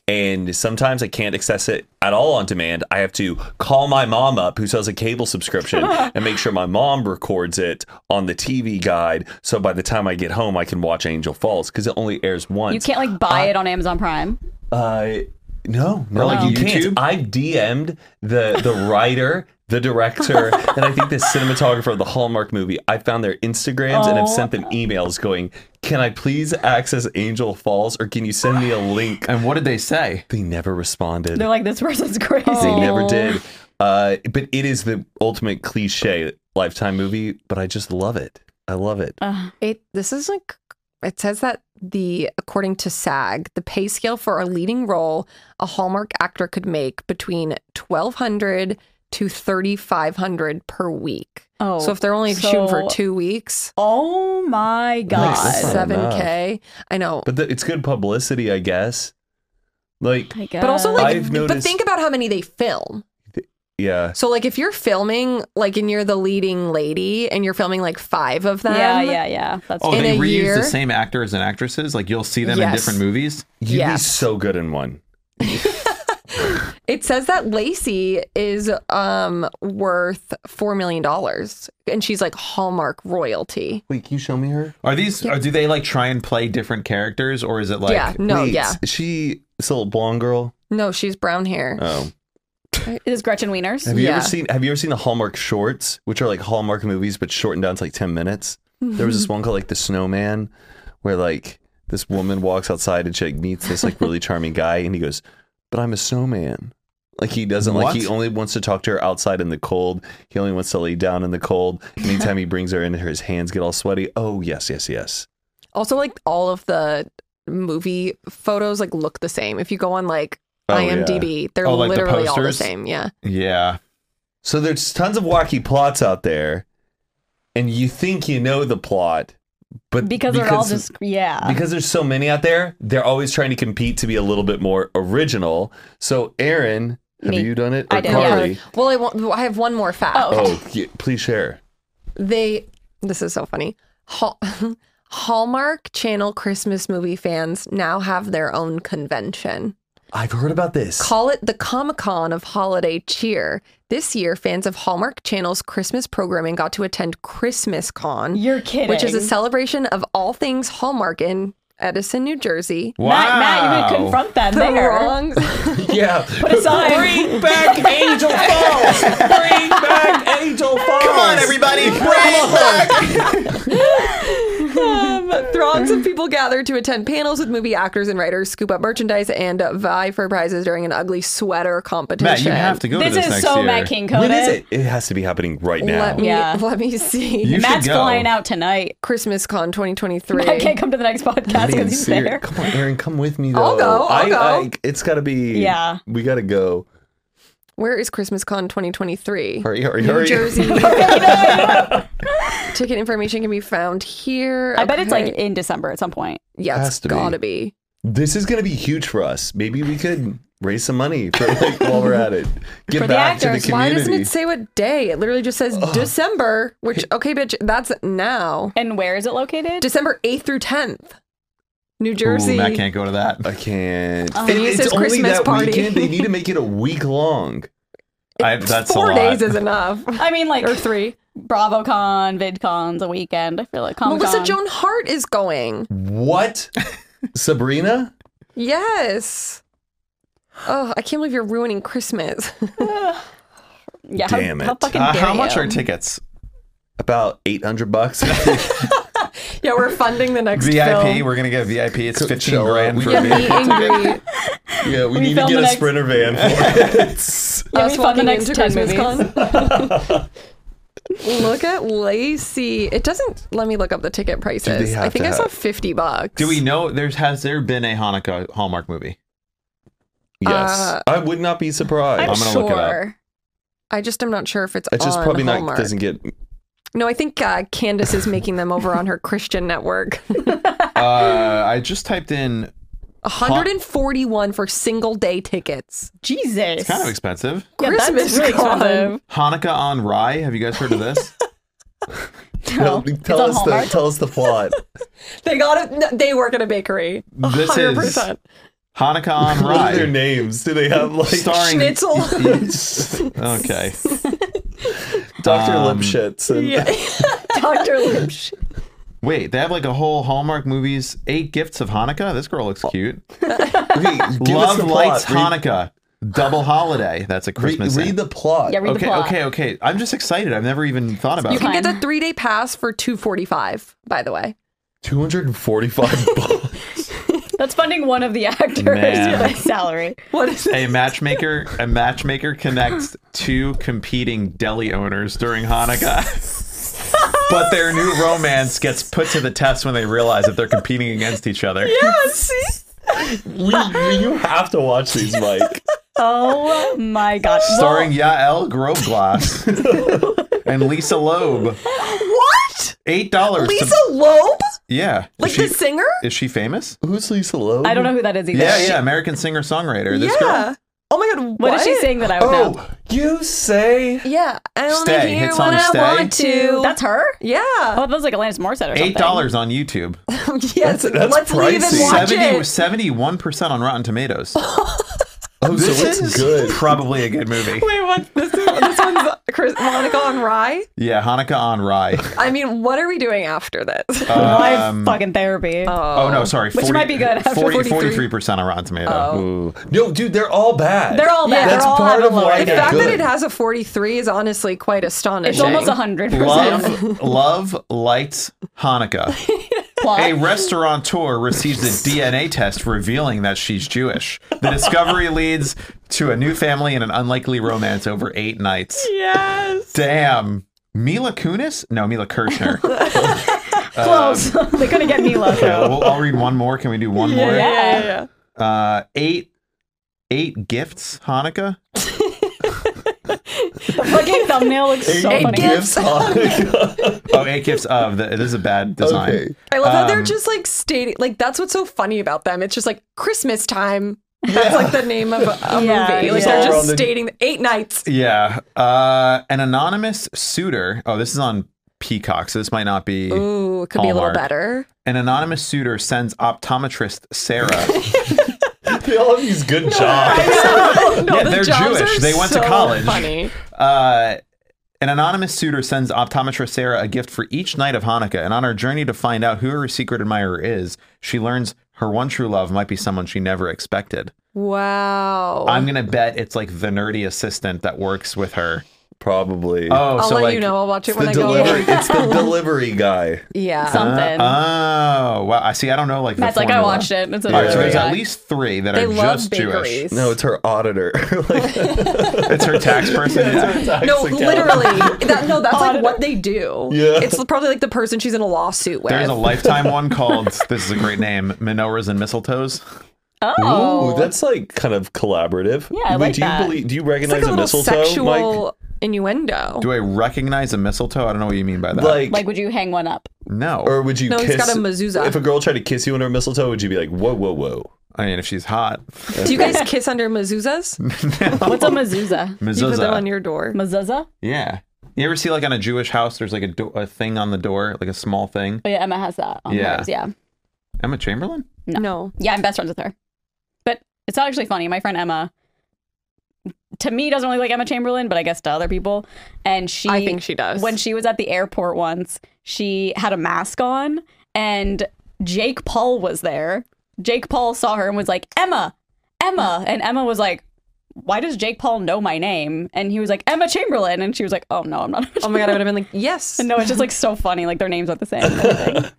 Speaker 1: And sometimes I can't access it at all on demand. I have to call my mom up, who sells a cable subscription, and make sure my mom records it on the TV guide. So by the time I get home, I can watch Angel Falls because it only airs once.
Speaker 4: You can't like buy it on Amazon Prime.
Speaker 1: Uh, no, no,
Speaker 3: like
Speaker 1: you
Speaker 3: YouTube?
Speaker 1: can't. I've DM'd the the writer, the director, and I think the cinematographer of the Hallmark movie. I found their Instagrams and have
Speaker 4: Oh.
Speaker 1: sent them emails going, "Can I please access Angel Falls, or can you send me a link?"
Speaker 3: And what did they say?
Speaker 1: They never responded.
Speaker 4: They're like, this person's crazy.
Speaker 1: They never
Speaker 2: Aw.
Speaker 1: did. Uh, but it is the ultimate cliche lifetime movie. But I just love it. I love it.
Speaker 4: Uh,
Speaker 2: It this is like it says that the according to SAG, the pay scale for a leading role a Hallmark actor could make between twelve hundred to thirty five hundred per week.
Speaker 4: Oh,
Speaker 2: so if they're only shooting for
Speaker 4: so-
Speaker 2: two weeks,
Speaker 4: Oh my
Speaker 1: Like,
Speaker 4: god.
Speaker 1: that's not
Speaker 2: seven k. I know,
Speaker 1: But the, it's good publicity, I guess. Like,
Speaker 4: I
Speaker 2: but also
Speaker 4: guess.
Speaker 2: like,
Speaker 1: I've
Speaker 2: but
Speaker 1: noticed-
Speaker 2: think about how many they film.
Speaker 1: yeah.
Speaker 2: So like, if you're filming, like, and you're the leading lady, and you're filming like five of them,
Speaker 4: yeah, yeah, yeah. That's
Speaker 3: Oh,
Speaker 2: In
Speaker 3: they
Speaker 2: a
Speaker 3: reuse
Speaker 2: year?
Speaker 3: the same actors and actresses. Like you'll see them in
Speaker 2: Yes.
Speaker 3: different movies.
Speaker 1: You'd
Speaker 2: Yes.
Speaker 1: be so good in one.
Speaker 2: It says that Lacey is um worth four million dollars, and she's like Hallmark royalty.
Speaker 1: Wait, can you show me her?
Speaker 3: Are these? Or do they like try and play different characters, or is it like?
Speaker 2: yeah, no,
Speaker 1: Wait,
Speaker 2: Oh, yeah,
Speaker 1: is she this little blonde girl.
Speaker 2: no, she's brown hair.
Speaker 3: Uh.
Speaker 1: Oh,
Speaker 4: is Gretchen Wieners.
Speaker 1: have you
Speaker 2: Yeah.
Speaker 1: ever seen? Have you ever seen the Hallmark shorts, which are like Hallmark movies but shortened down to like ten minutes? There was this
Speaker 2: Mm-hmm.
Speaker 1: one called like The Snowman, where like this woman walks outside and she like, meets this like really charming guy, and he goes, "But I'm a snowman." Like he doesn't like he
Speaker 3: What?
Speaker 1: only wants to talk to her outside in the cold. He only wants to lay down in the cold. Anytime he brings her in, her his hands get all sweaty. Oh yes, yes, yes.
Speaker 2: Also, like all of the movie photos like look the same. If you go on like
Speaker 1: Oh, yeah.
Speaker 2: IMDb, they're
Speaker 3: Oh, like the
Speaker 2: literally all the
Speaker 3: posters?
Speaker 2: same. Yeah,
Speaker 3: Yeah.
Speaker 1: So there's tons of wacky plots out there, and you think you know the plot, but
Speaker 4: because they're all just uh, yeah.
Speaker 1: because there's so many out there, they're always trying to compete to be a little bit more original. So Aaron, have
Speaker 4: Me.
Speaker 1: you done it? Or
Speaker 4: I did, yeah.
Speaker 1: Carly?
Speaker 2: Well, I want. I have one more fact.
Speaker 4: Oh, okay.
Speaker 1: Oh, yeah, please share.
Speaker 2: They. This is so funny. Hall, Hallmark Channel Christmas movie fans now have their own convention.
Speaker 1: I've heard about this.
Speaker 2: Call it the Comic Con of holiday cheer. This year, fans of Hallmark Channel's Christmas programming got to attend Christmas Con,
Speaker 4: You're kidding.
Speaker 2: which is a celebration of all things Hallmark in Edison, New Jersey.
Speaker 3: Wow.
Speaker 4: Matt, Matt, you could confront that
Speaker 2: The
Speaker 4: there.
Speaker 2: wrong,
Speaker 1: yeah.
Speaker 4: Put a sign.
Speaker 1: back Angel Falls. Bring back Angel Falls.
Speaker 3: Come on, everybody! Bring it back!
Speaker 2: um, throngs of people gathered to attend panels with movie actors and writers, scoop up merchandise, and uh, vie for prizes during an ugly sweater competition.
Speaker 3: Matt, you have to go
Speaker 4: This
Speaker 3: to this
Speaker 4: is
Speaker 3: next
Speaker 4: so
Speaker 3: year.
Speaker 4: Matt King
Speaker 1: When
Speaker 4: coded.
Speaker 1: is it? It has to be happening right now.
Speaker 2: Let me
Speaker 4: Yeah.
Speaker 2: let me see.
Speaker 3: You should
Speaker 4: Matt's
Speaker 3: go.
Speaker 4: flying out tonight.
Speaker 2: Christmas Con 2023.
Speaker 4: I can't come to the next podcast because he's
Speaker 1: Aaron,
Speaker 4: there.
Speaker 1: Come on, Aaron, come with me though.
Speaker 2: I'll go, I'll go.
Speaker 1: it's gotta be.
Speaker 4: Yeah.
Speaker 1: we gotta go.
Speaker 2: Where is Christmas Con 2023?
Speaker 1: Hurry, hurry,
Speaker 2: New
Speaker 1: hurry.
Speaker 2: Jersey. Ticket information can be found here.
Speaker 4: I bet it's
Speaker 2: Okay.
Speaker 4: like in December at some point.
Speaker 2: yeah, it's
Speaker 1: Has to be.
Speaker 2: gotta be.
Speaker 1: This is gonna be huge for us. Maybe we could raise some money for like while we're at it. Give
Speaker 4: For the
Speaker 1: back to
Speaker 4: actors,
Speaker 1: the
Speaker 2: Why doesn't
Speaker 1: community.
Speaker 2: it say what day? It literally just says December, which okay, bitch, that's now.
Speaker 4: And where is it located?
Speaker 2: December 8th through 10th. New
Speaker 3: Ooh,
Speaker 2: Jersey.
Speaker 3: Matt can't go to that.
Speaker 1: I can't.
Speaker 4: Oh.
Speaker 1: And
Speaker 2: Phineas'
Speaker 1: it's only
Speaker 2: Christmas
Speaker 1: that
Speaker 2: party.
Speaker 1: weekend. They need to make it a week long.
Speaker 3: I, that's
Speaker 2: Four
Speaker 3: a lot.
Speaker 2: days is enough.
Speaker 4: I mean, like
Speaker 2: or three.
Speaker 4: BravoCon, VidCon's a weekend. I feel like Comic
Speaker 2: Melissa Joan Hart is going.
Speaker 1: What? Sabrina?
Speaker 2: Yes. Oh, I can't believe you're ruining Christmas.
Speaker 4: Yeah, how-
Speaker 1: Damn
Speaker 4: how,
Speaker 1: it.
Speaker 4: fucking
Speaker 3: Uh,
Speaker 4: dare
Speaker 3: how much
Speaker 4: you?
Speaker 3: are tickets?
Speaker 1: About 800 bucks.
Speaker 2: yeah, we're funding the next
Speaker 3: VIP.
Speaker 2: film.
Speaker 3: We're gonna get VIP. It's
Speaker 1: Could
Speaker 3: fifteen
Speaker 1: show up.
Speaker 3: grand
Speaker 1: We
Speaker 3: for
Speaker 2: Yeah,
Speaker 1: get
Speaker 3: me.
Speaker 2: meet and greet.
Speaker 1: yeah, we, need to
Speaker 4: film
Speaker 1: get
Speaker 4: the
Speaker 1: a
Speaker 4: next-
Speaker 1: sprinter van for it.
Speaker 4: Yeah,
Speaker 2: us
Speaker 4: we found the
Speaker 2: walking
Speaker 4: next
Speaker 2: into
Speaker 4: 10
Speaker 2: Christmas
Speaker 4: movies.
Speaker 2: con. look at Lacey. It doesn't let me look up the ticket prices. I
Speaker 1: have
Speaker 2: think
Speaker 1: to
Speaker 2: I saw
Speaker 1: have-
Speaker 2: 50 bucks.
Speaker 3: Do we know? There's has there been a Hanukkah Hallmark movie?
Speaker 1: yes.
Speaker 2: Uh,
Speaker 1: I would not be surprised.
Speaker 4: I'm,
Speaker 3: I'm gonna
Speaker 4: sure.
Speaker 3: look it up.
Speaker 2: I just am not sure if it's
Speaker 1: it's just
Speaker 2: on
Speaker 1: probably
Speaker 2: Hallmark.
Speaker 1: not doesn't get
Speaker 2: No, I think uh, Candace is making them over on her Christian network.
Speaker 3: Uh, I just typed in.
Speaker 2: 141 for single day tickets.
Speaker 4: Jesus.
Speaker 3: It's kind of expensive.
Speaker 4: yeah,
Speaker 2: Christmas
Speaker 4: that's really
Speaker 2: con.
Speaker 4: expensive.
Speaker 3: Hanukkah on Rye. Have you guys heard of this?
Speaker 1: Tell,
Speaker 4: It's
Speaker 1: tell
Speaker 4: on
Speaker 1: us the
Speaker 4: Hallmark.
Speaker 1: tell us the plot.
Speaker 2: They got it. no, They work at a bakery.
Speaker 3: This is
Speaker 2: 100%.
Speaker 3: Hanukkah on
Speaker 1: what are their
Speaker 3: Rye.
Speaker 1: names? Do they have like
Speaker 3: Starring E-
Speaker 2: Schnitzel.
Speaker 3: okay.
Speaker 1: Dr.
Speaker 3: Um,
Speaker 1: Lipschitz and
Speaker 4: Dr. Lipsch.
Speaker 3: Wait, they have like a whole Hallmark movies. Eight gifts of Hanukkah. This girl looks cute.
Speaker 1: Okay, give us
Speaker 3: Love
Speaker 1: the
Speaker 3: lights
Speaker 1: plot.
Speaker 3: Hanukkah. Double holiday. That's a
Speaker 1: Read,
Speaker 3: Christmas.
Speaker 1: read, read
Speaker 3: thing.
Speaker 1: the plot.
Speaker 4: Yeah, read the
Speaker 3: okay,
Speaker 4: plot.
Speaker 3: okay, okay. I'm just excited. I've never even thought about
Speaker 2: You
Speaker 3: it.
Speaker 2: can get
Speaker 4: Fine.
Speaker 2: the three day pass for 245 by the way.
Speaker 1: 245 bucks.
Speaker 4: That's funding one of the actors
Speaker 3: Man.
Speaker 4: with a salary.
Speaker 2: What is it?
Speaker 3: A matchmaker, a matchmaker connects two competing deli owners during Hanukkah. But their new romance gets put to the test when they realize that they're competing against each other.
Speaker 1: we, you have to watch these, Mike.
Speaker 4: Oh my gosh.
Speaker 3: Starring Yael Grobglass and Lisa Loeb.
Speaker 2: What?
Speaker 3: Eight dollars.
Speaker 2: Lisa Loeb?
Speaker 3: yeah.
Speaker 2: Like
Speaker 3: is, she,
Speaker 2: the singer?
Speaker 3: is she famous?
Speaker 1: Who's Lisa Loeb?
Speaker 4: I don't know who that is either.
Speaker 3: Yeah, yeah. American singer songwriter. This girl.
Speaker 2: Oh my god, what,
Speaker 4: What is she saying that I would know?
Speaker 1: Oh, you say
Speaker 2: Yeah, I only
Speaker 3: Stay.
Speaker 2: hear when
Speaker 3: Hit song Stay.
Speaker 2: I want to.
Speaker 4: That's her?
Speaker 2: yeah.
Speaker 4: Oh, that was like Alanis Morissette or something.
Speaker 3: Eight dollars on YouTube.
Speaker 2: yes,
Speaker 1: that's
Speaker 2: let's leave and
Speaker 1: pricey.
Speaker 2: watch it.
Speaker 3: 71 percent on Rotten Tomatoes.
Speaker 1: Oh, so it's good.
Speaker 3: Probably a good movie.
Speaker 2: Wait, what? This, is, this one's Chris, Monica on Rye.
Speaker 3: Yeah, Hanukkah on Rye.
Speaker 2: I mean, what are we doing after this?
Speaker 4: Live
Speaker 3: Um,
Speaker 4: fucking therapy.
Speaker 3: Oh no, sorry.
Speaker 4: Which might be good after Oh.
Speaker 3: 43 percent on Rotten Tomato.
Speaker 1: Ooh. No, dude, they're all bad.
Speaker 4: They're all
Speaker 2: Yeah,
Speaker 4: bad.
Speaker 2: that's
Speaker 4: They're all
Speaker 1: part
Speaker 4: out
Speaker 1: of
Speaker 4: low.
Speaker 1: why
Speaker 2: the
Speaker 1: they're
Speaker 2: fact that
Speaker 1: good.
Speaker 2: it has a 43 is honestly quite astonishing.
Speaker 4: It's almost hundred percent.
Speaker 3: Love, love lights Hanukkah. A restaurateur receives a DNA test revealing that she's Jewish. The discovery leads to a new family and an unlikely romance over eight nights.
Speaker 4: Yes.
Speaker 3: Damn. Mila Kunis? No, Mila Kirshner.
Speaker 4: Close. they couldn't get me low.
Speaker 3: um, Okay, well, I'll read one more. Can we do one more?
Speaker 4: Yeah.
Speaker 2: yeah.
Speaker 3: Uh, eight, eight gifts Hanukkah.
Speaker 4: The fucking thumbnail looks so
Speaker 1: Eight
Speaker 4: funny.
Speaker 1: gifts
Speaker 2: gives-
Speaker 1: Hanukkah.
Speaker 3: Oh, eight gifts of. The, this is a bad design.
Speaker 1: Okay.
Speaker 2: I love how they're just like stating, like, that's what's so funny about them. It's just like Christmas time. That's like the name of a
Speaker 4: Yeah,
Speaker 2: movie. Like, they're
Speaker 4: yeah.
Speaker 1: All around
Speaker 2: just
Speaker 1: the-
Speaker 2: stating eight nights.
Speaker 3: Yeah. Uh, an anonymous suitor. Oh, this is on Peacock, so this might not be.
Speaker 2: Ooh, it could be a little
Speaker 3: Hallmark.
Speaker 2: better.
Speaker 3: An anonymous suitor sends optometrist Sarah.
Speaker 1: They all have these good jobs.
Speaker 2: no,
Speaker 3: Yeah,
Speaker 2: the
Speaker 3: they're
Speaker 2: jobs
Speaker 3: Jewish.
Speaker 2: are
Speaker 3: They went to
Speaker 2: so
Speaker 3: college.
Speaker 2: Funny.
Speaker 3: uh, an anonymous suitor sends optometrist Sarah a gift for each night of Hanukkah, and on her journey to find out who her secret admirer is, she learns her one true love might be someone she never expected.
Speaker 2: Wow.
Speaker 3: I'm gonna bet it's like the nerdy assistant that works with her.
Speaker 1: Probably.
Speaker 3: Oh,
Speaker 2: I'll
Speaker 3: so
Speaker 2: let
Speaker 3: like
Speaker 2: you know. I'll watch it
Speaker 1: it's
Speaker 2: when
Speaker 1: Uh, the
Speaker 2: I go.
Speaker 1: delivery.
Speaker 2: away.
Speaker 1: It's the delivery guy.
Speaker 2: Yeah.
Speaker 4: Something.
Speaker 3: uh, Oh wow! I see. I don't know. Like
Speaker 4: Matt's
Speaker 3: the
Speaker 4: like, I
Speaker 3: formula.
Speaker 4: watched it. It's a
Speaker 3: All right, so
Speaker 1: Yeah.
Speaker 3: there's at
Speaker 4: Yeah.
Speaker 3: least three that
Speaker 2: they
Speaker 3: are
Speaker 2: love
Speaker 3: just Jewish.
Speaker 2: bakeries.
Speaker 1: No, it's her auditor. like,
Speaker 3: It's her tax person. yeah.
Speaker 2: No, literally. That, no, that's like
Speaker 4: Auditor.
Speaker 2: what they do.
Speaker 1: Yeah.
Speaker 2: It's probably like the person she's in a lawsuit with.
Speaker 3: There's a lifetime one called. This is a great name. Menorahs and mistletoes.
Speaker 4: Oh,
Speaker 1: Ooh, that's like kind of collaborative.
Speaker 4: Yeah, I
Speaker 1: Wait,
Speaker 4: like
Speaker 1: do you
Speaker 4: that.
Speaker 1: Believe, do you
Speaker 2: it's like
Speaker 1: recognize
Speaker 2: a little
Speaker 1: mistletoe,
Speaker 2: sexual
Speaker 1: Mike?
Speaker 2: innuendo.
Speaker 3: Do I recognize a mistletoe? I don't know what you mean by that.
Speaker 1: Like,
Speaker 4: like would you hang one up?
Speaker 3: no.
Speaker 1: or would you
Speaker 2: uh, No,
Speaker 1: kiss?
Speaker 2: he's got a mezuzah.
Speaker 1: If a girl tried to kiss you under a mistletoe, would you be like, whoa, whoa, whoa?
Speaker 3: I mean, if she's hot,
Speaker 2: Do you guys kiss under mezuzahs? You
Speaker 3: Oh.
Speaker 4: What's a
Speaker 2: put
Speaker 4: mezuzah?
Speaker 2: them on
Speaker 3: mezuzah.
Speaker 2: your door.
Speaker 4: Mezuzah?
Speaker 3: yeah. You ever see like on a Jewish house, there's like a, do- a thing on the door, like a small thing.
Speaker 4: Oh, yeah, Emma has that on
Speaker 3: Yeah.
Speaker 4: hers. Yeah.
Speaker 3: Emma Chamberlain?
Speaker 2: No.
Speaker 4: Yeah, I'm best friends with her. But it's not actually funny. My friend Emma, to me, doesn't really like Emma Chamberlain, but I guess to other people. And she,
Speaker 2: I think she does.
Speaker 4: when she was at the airport once, she had a mask on, and Jake Paul was there. Jake Paul saw her and was like, Emma, Emma. And Emma was like, why does Jake Paul know my name? And he was like, Emma Chamberlain. And she was like, oh no, I'm not.
Speaker 2: Oh my god, I would have been like, yes.
Speaker 4: no, it's just like so funny. Like their names aren't the same. and everything.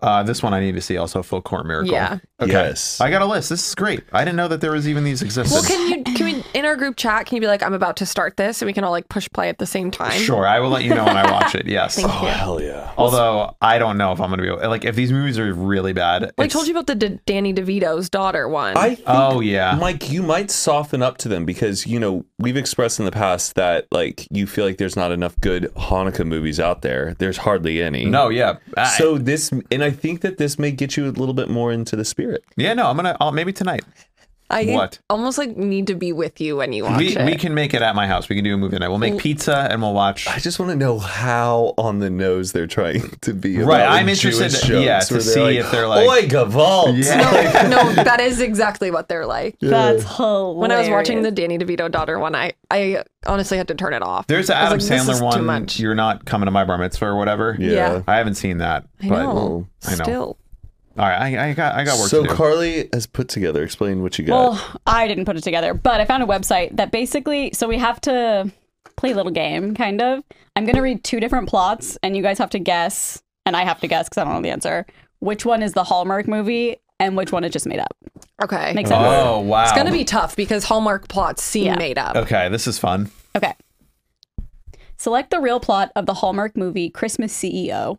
Speaker 3: Uh, this one I need to see also Full Court Miracle.
Speaker 2: Yeah.
Speaker 3: Okay.
Speaker 1: Yes.
Speaker 3: I got a list. This is great. I didn't know that there was even these existed.
Speaker 2: Well, can you can we in our group chat? Can you be like, I'm about to start this, and we can all like push play at the same time?
Speaker 3: Sure, I will let you know when I watch it. Yes.
Speaker 2: Thank you.
Speaker 1: hell yeah.
Speaker 3: Although I don't know if I'm going to be able, like if these movies are really bad.
Speaker 2: Well, I
Speaker 3: it's-
Speaker 2: told you about the D- Danny DeVito's daughter one.
Speaker 1: I think,
Speaker 3: Oh yeah.
Speaker 1: Mike, you might soften up to them because you know we've expressed in the past that like you feel like there's not enough good Hanukkah movies out there. There's hardly any.
Speaker 3: no, yeah. I-
Speaker 1: So this, and I think that this may get you a little bit more into the spirit.
Speaker 3: yeah, no, I'm gonna I'll, maybe tonight.
Speaker 2: I
Speaker 3: What?
Speaker 2: almost like need to be with you when you watch
Speaker 3: We
Speaker 2: it. Mm.
Speaker 3: we can make it at my house. We can do a movie night. We'll make pizza and we'll watch.
Speaker 1: I just want to know how on the nose they're trying to be.
Speaker 3: Right,
Speaker 1: about
Speaker 3: I'm interested-
Speaker 1: Jewish
Speaker 3: yeah,
Speaker 1: jokes
Speaker 3: to
Speaker 1: where
Speaker 3: see if they're like-
Speaker 1: "Oi, Gavalt."
Speaker 3: Yeah.
Speaker 2: no, that is exactly what they're like.
Speaker 4: That's hilarious.
Speaker 2: When I was watching the Danny DeVito daughter one, I I honestly had to turn it off.
Speaker 3: There's the
Speaker 2: I
Speaker 3: Adam
Speaker 2: was like, this is
Speaker 3: Sandler
Speaker 2: too
Speaker 3: one.
Speaker 2: much.
Speaker 3: You're not coming to my bar mitzvah or whatever.
Speaker 1: Yeah. Mm.
Speaker 2: Yeah.
Speaker 3: I haven't seen that.
Speaker 2: I
Speaker 3: but
Speaker 2: know.
Speaker 3: I know.
Speaker 2: Still,
Speaker 3: All right, I, I got I got work
Speaker 1: So
Speaker 3: to do.
Speaker 1: Carly has put together. Explain what you got.
Speaker 4: Well, I didn't put it together, but I found a website that basically so we have to play a little game, kind of. I'm gonna read two different plots, and you guys have to guess, and I have to guess because I don't know the answer. Which one is the Hallmark movie, and which one is just made up?
Speaker 2: okay,
Speaker 4: Makes sense.
Speaker 3: oh wow. Uh,
Speaker 2: it's gonna be tough because Hallmark plots seem
Speaker 4: Yeah.
Speaker 2: made up.
Speaker 3: okay. This is fun.
Speaker 4: Okay. Select the real plot of the Hallmark movie Christmas CEO.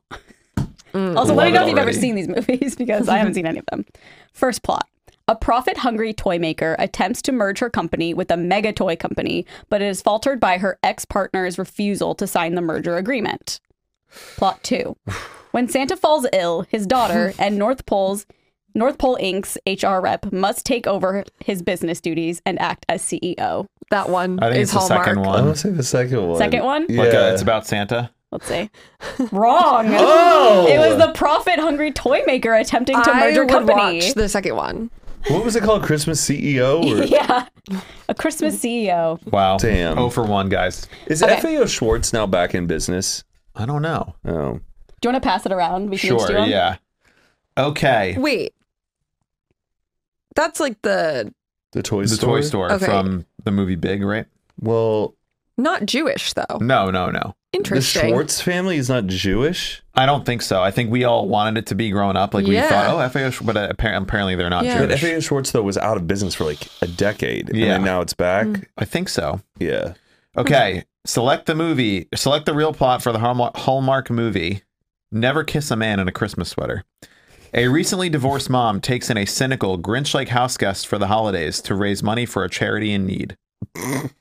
Speaker 4: also, let me
Speaker 3: Love
Speaker 4: know
Speaker 3: it
Speaker 4: if you've ever
Speaker 3: already.
Speaker 4: seen these movies because I haven't seen any of them. First plot. A profit hungry toy maker attempts to merge her company with a mega toy company, but it is faltered by her ex partner's refusal to sign the merger agreement. Plot two. When Santa falls ill, his daughter and North Pole's North Pole Inc.'s HR rep must take over his business duties and act as E CEO.
Speaker 2: That one
Speaker 3: I think
Speaker 2: is
Speaker 3: it's the
Speaker 2: Hallmark.
Speaker 3: second
Speaker 1: I
Speaker 3: one.
Speaker 1: want to say the second one.
Speaker 4: Second one?
Speaker 1: Oh, Yeah.
Speaker 3: Like uh it's about Santa.
Speaker 4: Let's see. Wrong.
Speaker 1: Oh!
Speaker 4: It was the profit-hungry toy maker attempting to
Speaker 2: I
Speaker 4: merge a
Speaker 2: would
Speaker 4: company.
Speaker 2: watch the second one.
Speaker 1: What was it called? Christmas CEO? Or...
Speaker 4: yeah, a Christmas E CEO.
Speaker 3: Wow.
Speaker 1: Damn.
Speaker 3: Oh for one, guys.
Speaker 1: Is FAO Schwartz now back in business?
Speaker 3: I don't know.
Speaker 1: Oh.
Speaker 4: Do you want to pass it around? We can each
Speaker 3: Sure.
Speaker 4: do one?
Speaker 3: Yeah. Okay.
Speaker 2: Wait, that's like the
Speaker 1: The toy
Speaker 3: The
Speaker 1: store.
Speaker 3: toy store
Speaker 2: Okay.
Speaker 3: from the movie Big, right?
Speaker 1: Well,
Speaker 2: not Jewish though.
Speaker 3: No, no, no.
Speaker 1: the
Speaker 2: Interesting.
Speaker 1: Schwartz family is not Jewish.
Speaker 3: I don't think so. I think we all wanted it to be grown up. Like we
Speaker 2: Yeah.
Speaker 3: thought, oh, FAO, Sch- but uh, appar- apparently they're not
Speaker 2: Yeah.
Speaker 1: But
Speaker 3: Jewish.
Speaker 1: FAO Schwartz though was out of business for like a decade, and
Speaker 3: Yeah.
Speaker 1: then now it's back.
Speaker 2: Mm.
Speaker 3: I think so.
Speaker 1: Yeah.
Speaker 2: Hmm.
Speaker 3: Okay, select the movie. Select the real plot for the Hallmark, Hallmark movie. Never kiss a man in a Christmas sweater. A recently divorced mom takes in a cynical, Grinch like house guest for the holidays to raise money for a charity in need.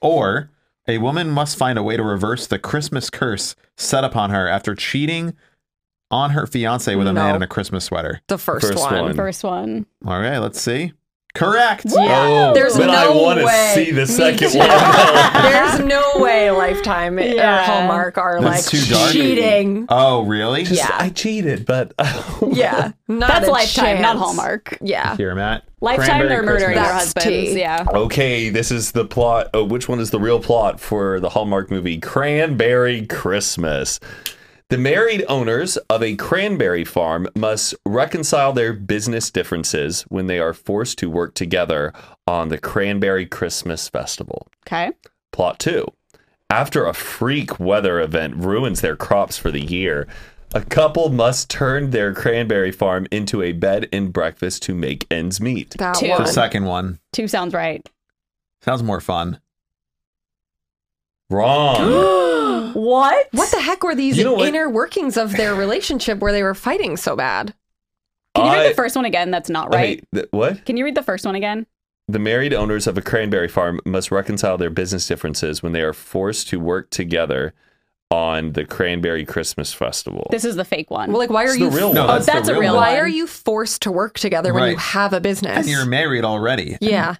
Speaker 3: or a woman must find a way to reverse the Christmas curse set upon her after cheating on her fiance with a man
Speaker 2: No.
Speaker 3: in a Christmas sweater.
Speaker 2: The first,
Speaker 1: First
Speaker 2: one.
Speaker 1: one.
Speaker 4: First one.
Speaker 3: All right, let's see. Correct.
Speaker 1: Oh,
Speaker 2: There's
Speaker 1: but I
Speaker 2: no
Speaker 1: want to
Speaker 2: way.
Speaker 1: see the
Speaker 2: Me
Speaker 1: second
Speaker 2: too.
Speaker 1: one.
Speaker 2: There's no way Lifetime or
Speaker 4: Yeah.
Speaker 2: Hallmark are
Speaker 3: That's
Speaker 2: like
Speaker 3: too dark.
Speaker 2: cheating.
Speaker 3: Oh, really?
Speaker 2: Yeah.
Speaker 1: I cheated, but
Speaker 2: Yeah, not
Speaker 4: That's
Speaker 2: a
Speaker 4: Lifetime, not
Speaker 2: chance.
Speaker 4: Hallmark.
Speaker 2: Yeah,
Speaker 3: Here, Matt.
Speaker 4: Lifetime,
Speaker 3: Cranberry
Speaker 4: they're murdering
Speaker 3: Christmas.
Speaker 4: their
Speaker 2: That's
Speaker 4: husbands.
Speaker 2: tea.
Speaker 4: Yeah.
Speaker 1: Okay, this is the plot. Oh, which one is the real plot for the Hallmark movie Cranberry Christmas? The married owners of a cranberry farm must reconcile their business differences when they are forced to work together on the Cranberry Christmas Festival.
Speaker 4: Okay.
Speaker 1: Plot two. After a freak weather event ruins their crops for the year, a couple must turn their cranberry farm into a bed and breakfast to make ends meet.
Speaker 2: that
Speaker 4: Two.
Speaker 2: one.
Speaker 3: The second one.
Speaker 4: Two sounds right.
Speaker 3: Sounds more fun.
Speaker 1: Wrong.
Speaker 4: What?
Speaker 2: What the heck were these
Speaker 1: You know what?
Speaker 2: inner workings of their relationship where they were fighting so bad?
Speaker 4: Can you read
Speaker 1: I-
Speaker 4: the first one again? That's not right.
Speaker 1: Wait, th- what?
Speaker 4: Can you read the first one again?
Speaker 1: The married owners of a cranberry farm must reconcile their business differences when they are forced to work together on the Cranberry Christmas Festival.
Speaker 4: This is the fake one.
Speaker 2: Well, like, why are
Speaker 1: It's the
Speaker 2: you?
Speaker 1: real
Speaker 3: No,
Speaker 1: one.
Speaker 4: that's,
Speaker 3: that's the
Speaker 4: a
Speaker 3: real
Speaker 4: real
Speaker 3: one.
Speaker 4: one.
Speaker 2: Why are you forced to work together when you
Speaker 3: Right.
Speaker 2: have a business?
Speaker 3: And you're married already.
Speaker 2: yeah,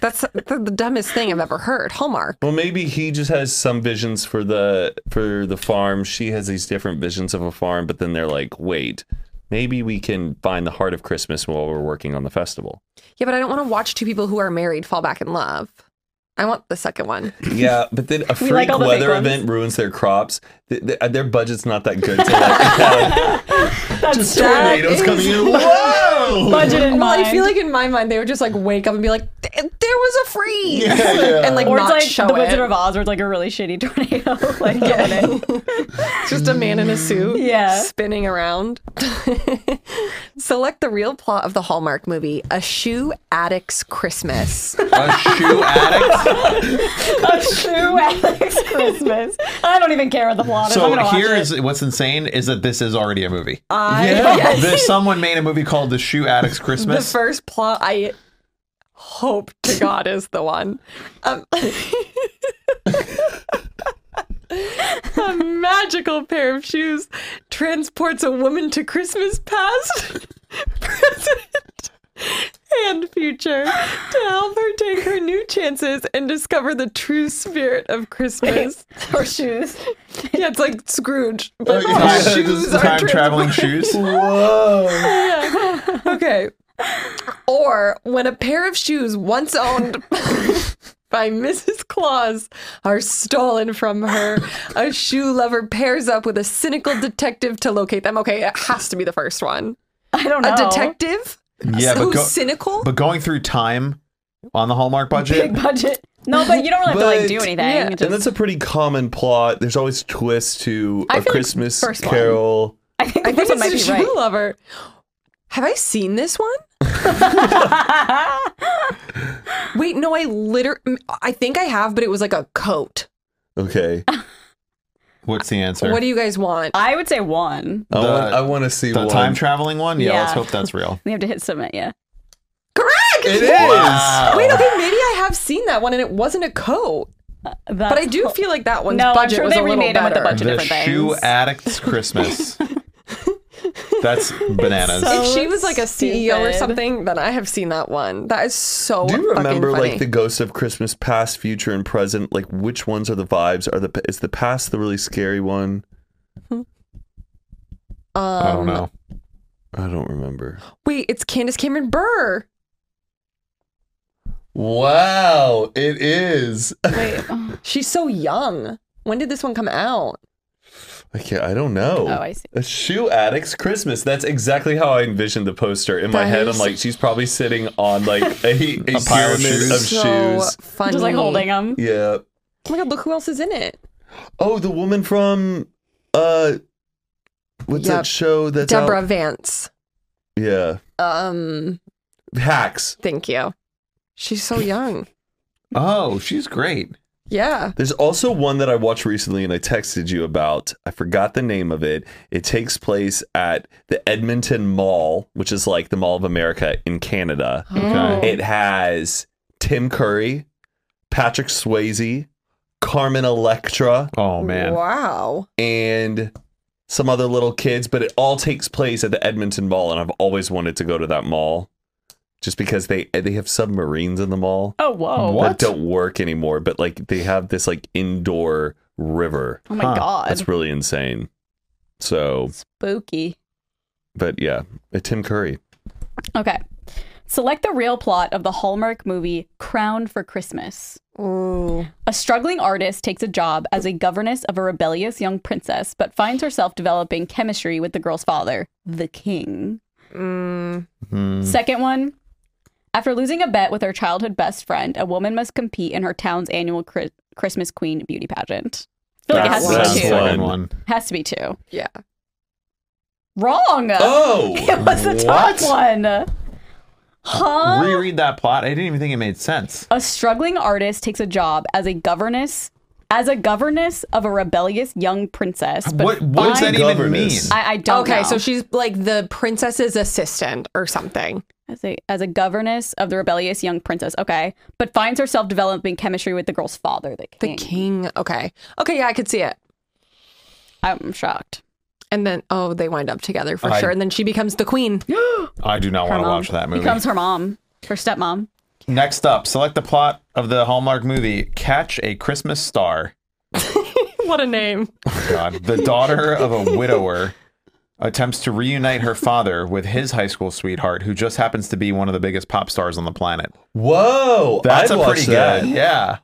Speaker 2: that's the, the dumbest thing I've ever heard. Hallmark.
Speaker 1: Well, maybe he just has some visions for the for the farm. She has these different visions of a farm, but then they're like, wait, maybe we can find the heart of Christmas while we're working on the festival.
Speaker 2: Yeah, but I don't want to watch two people who are married fall back in love. I want the second one.
Speaker 1: Yeah, but then a freak
Speaker 4: like all the big
Speaker 1: weather
Speaker 4: ones.
Speaker 1: event ruins their crops. Th- th- their budget's not that good. To like, have just tornadoes
Speaker 2: is-
Speaker 1: coming in. Whoa!
Speaker 4: Budget in
Speaker 2: Well,
Speaker 4: mind.
Speaker 2: I feel like in my mind they would just like wake up and be like, "Th- "There was a freeze," and like
Speaker 4: or it's
Speaker 2: not
Speaker 4: like
Speaker 2: show
Speaker 4: the
Speaker 2: it.
Speaker 4: Wizard of Oz, where it's like a really shitty tornado. like, yeah.
Speaker 2: It's just a man in a suit,
Speaker 4: Yeah.
Speaker 2: spinning around. Select the real plot of the Hallmark movie, A Shoe Addict's Christmas.
Speaker 3: A shoe addict.
Speaker 4: a shoe Alex Christmas. I don't even care what the plot is. I'm
Speaker 3: So
Speaker 4: gonna watch
Speaker 3: here
Speaker 4: it.
Speaker 3: is what's insane is that this is already a movie.
Speaker 2: I
Speaker 3: Yeah. There's someone made a movie called The Shoe Addict's
Speaker 2: the
Speaker 3: Christmas.
Speaker 2: first plot I hope to God is the one. Um, a magical pair of shoes transports a woman to Christmas past, present, and future to help her take her new chances and discover the true spirit of Christmas.
Speaker 4: Or shoes.
Speaker 2: Yeah, it's like Scrooge,
Speaker 3: Oh,
Speaker 2: but
Speaker 3: Time-
Speaker 2: shoes are
Speaker 3: time
Speaker 2: trans-
Speaker 3: traveling shoes.
Speaker 1: Whoa!
Speaker 2: Okay. Or when a pair of shoes once owned by Mrs. Claus are stolen from her, a shoe lover pairs up with a cynical detective to locate them. Okay, it has to be the first one.
Speaker 4: I don't know.
Speaker 2: A detective?
Speaker 3: Yeah, but
Speaker 2: Who's
Speaker 3: go-
Speaker 2: cynical?
Speaker 3: But going through time on the Hallmark budget.
Speaker 4: Big budget. No, but you don't really have to like
Speaker 1: But-
Speaker 4: do anything.
Speaker 2: Yeah.
Speaker 4: It
Speaker 1: And
Speaker 4: just-
Speaker 1: that's a pretty common plot. There's always twists to
Speaker 4: I
Speaker 1: a
Speaker 4: feel like
Speaker 1: Christmas
Speaker 4: first one.
Speaker 1: Carol.
Speaker 4: I think
Speaker 2: I
Speaker 4: the
Speaker 2: think
Speaker 4: first one might
Speaker 2: it's a
Speaker 4: be
Speaker 2: shoe
Speaker 4: right.
Speaker 2: lover. Have I seen this one? Wait, no, I literally, I think I have, but it was like a coat.
Speaker 1: Okay, I
Speaker 3: What's the answer?
Speaker 2: What do you guys want?
Speaker 4: I would say one.
Speaker 1: want, I want to see
Speaker 3: the
Speaker 1: one.
Speaker 3: time traveling one? Yeah, let's
Speaker 4: Yeah.
Speaker 3: hope that's real.
Speaker 4: We have to hit submit, yeah.
Speaker 2: Correct!
Speaker 1: it is.
Speaker 2: Wait, okay, maybe I have seen that one and it wasn't a coat. But I do feel like that one's
Speaker 4: No, I'm
Speaker 2: budget
Speaker 4: sure
Speaker 2: was
Speaker 4: they
Speaker 2: a little
Speaker 4: remade 'em with
Speaker 2: better.
Speaker 4: the budget.
Speaker 3: The
Speaker 4: different
Speaker 3: Shoe
Speaker 4: things.
Speaker 3: Addict's Christmas. that's bananas.
Speaker 4: so-
Speaker 2: if she was like a CEO or
Speaker 4: Oh, Stupid.
Speaker 2: something, then I have seen that one. That is so.
Speaker 1: Do you
Speaker 2: fucking
Speaker 1: remember
Speaker 2: funny.
Speaker 1: like the ghosts of Christmas past, future, and present? Like which ones are the vibes? Are the is the past the really scary one?
Speaker 3: I don't know.
Speaker 1: I don't remember.
Speaker 2: Wait, it's Candace Cameron Burr.
Speaker 1: Wow, it is.
Speaker 4: Wait. Oh,
Speaker 2: She's so young. When did this one come out?
Speaker 1: I can't. I don't know.
Speaker 4: Oh, I see.
Speaker 1: A shoe addict's Christmas. That's exactly how I envisioned the poster in my
Speaker 2: That
Speaker 1: head.
Speaker 2: is-
Speaker 1: I'm like, she's probably sitting on like a, a,
Speaker 3: pile of
Speaker 1: pyramid
Speaker 3: shoes.
Speaker 1: of
Speaker 2: so
Speaker 1: shoes.
Speaker 2: funny.
Speaker 4: Just like holding them.
Speaker 1: Yeah.
Speaker 2: Oh my god! Look who else is in it.
Speaker 1: Oh, the woman from uh, what's
Speaker 2: Yep.
Speaker 1: that show? That's out-
Speaker 2: Deborah Vance.
Speaker 1: Yeah.
Speaker 2: Um,
Speaker 1: Hacks.
Speaker 2: thank you. She's so young.
Speaker 3: Oh, she's great.
Speaker 2: Yeah.
Speaker 1: There's also one that I watched recently and I texted you about. I forgot the name of it. It takes place at the Edmonton Mall, which is like the Mall of America in Canada.
Speaker 2: Oh.
Speaker 3: Okay.
Speaker 1: It has Tim Curry, Patrick Swayze, Carmen Electra,
Speaker 3: Oh man.
Speaker 2: Wow.
Speaker 1: and some other little kids, but it all takes place at the Edmonton Mall, and I've always wanted to go to that mall just because they they have submarines in the mall
Speaker 4: Oh, whoa.
Speaker 3: What?
Speaker 1: that don't work anymore, but like they have this like indoor river.
Speaker 4: Oh my
Speaker 3: Huh.
Speaker 4: god.
Speaker 1: That's really insane. So,
Speaker 4: Spooky.
Speaker 1: but yeah, uh, Tim Curry.
Speaker 4: Okay. Select the real plot of the Hallmark movie Crown for Christmas.
Speaker 2: Ooh.
Speaker 4: A struggling artist takes a job as a governess of a rebellious young princess, but finds herself developing chemistry with the girl's father, the king.
Speaker 2: Mm.
Speaker 3: Hmm.
Speaker 4: Second one. After losing a bet with her childhood best friend, a woman must compete in her town's annual Chri- Christmas Queen beauty pageant. I feel like it
Speaker 2: That's
Speaker 4: has
Speaker 2: one.
Speaker 4: to
Speaker 1: That's
Speaker 4: be two.
Speaker 1: one.
Speaker 3: Second one.
Speaker 4: Has to be two.
Speaker 2: Yeah.
Speaker 4: Wrong.
Speaker 1: Oh,
Speaker 4: it was the top one. Huh?
Speaker 3: Reread that plot. I didn't even think it made sense.
Speaker 4: A struggling artist takes a job as a governess, as a governess of a rebellious young princess. But
Speaker 3: What what does that
Speaker 4: finds-
Speaker 3: even mean?
Speaker 1: Governess.
Speaker 4: I, I don't
Speaker 2: okay,
Speaker 4: know.
Speaker 2: so she's like the princess's assistant or something.
Speaker 4: as a as a governess of the rebellious young princess. Okay, but finds herself developing chemistry with the girl's father, the
Speaker 2: The
Speaker 4: king.
Speaker 2: king. Okay. Okay, yeah, I could see it.
Speaker 4: I'm shocked.
Speaker 2: And then, oh, they wind up together for
Speaker 3: I-
Speaker 2: sure. And then she becomes the queen.
Speaker 3: I do not
Speaker 4: Her
Speaker 3: want to
Speaker 4: mom
Speaker 3: watch that movie.
Speaker 4: Becomes her mom, her stepmom.
Speaker 3: Next up, select the plot of the Hallmark movie Catch a Christmas Star.
Speaker 2: what a name.
Speaker 3: God. The daughter of a widower attempts to reunite her father with his high school sweetheart, who just happens to be one of the biggest pop stars on the planet.
Speaker 1: Whoa,
Speaker 3: That's
Speaker 1: I'd
Speaker 3: a
Speaker 1: watch
Speaker 3: pretty
Speaker 1: that.
Speaker 3: good. Yeah.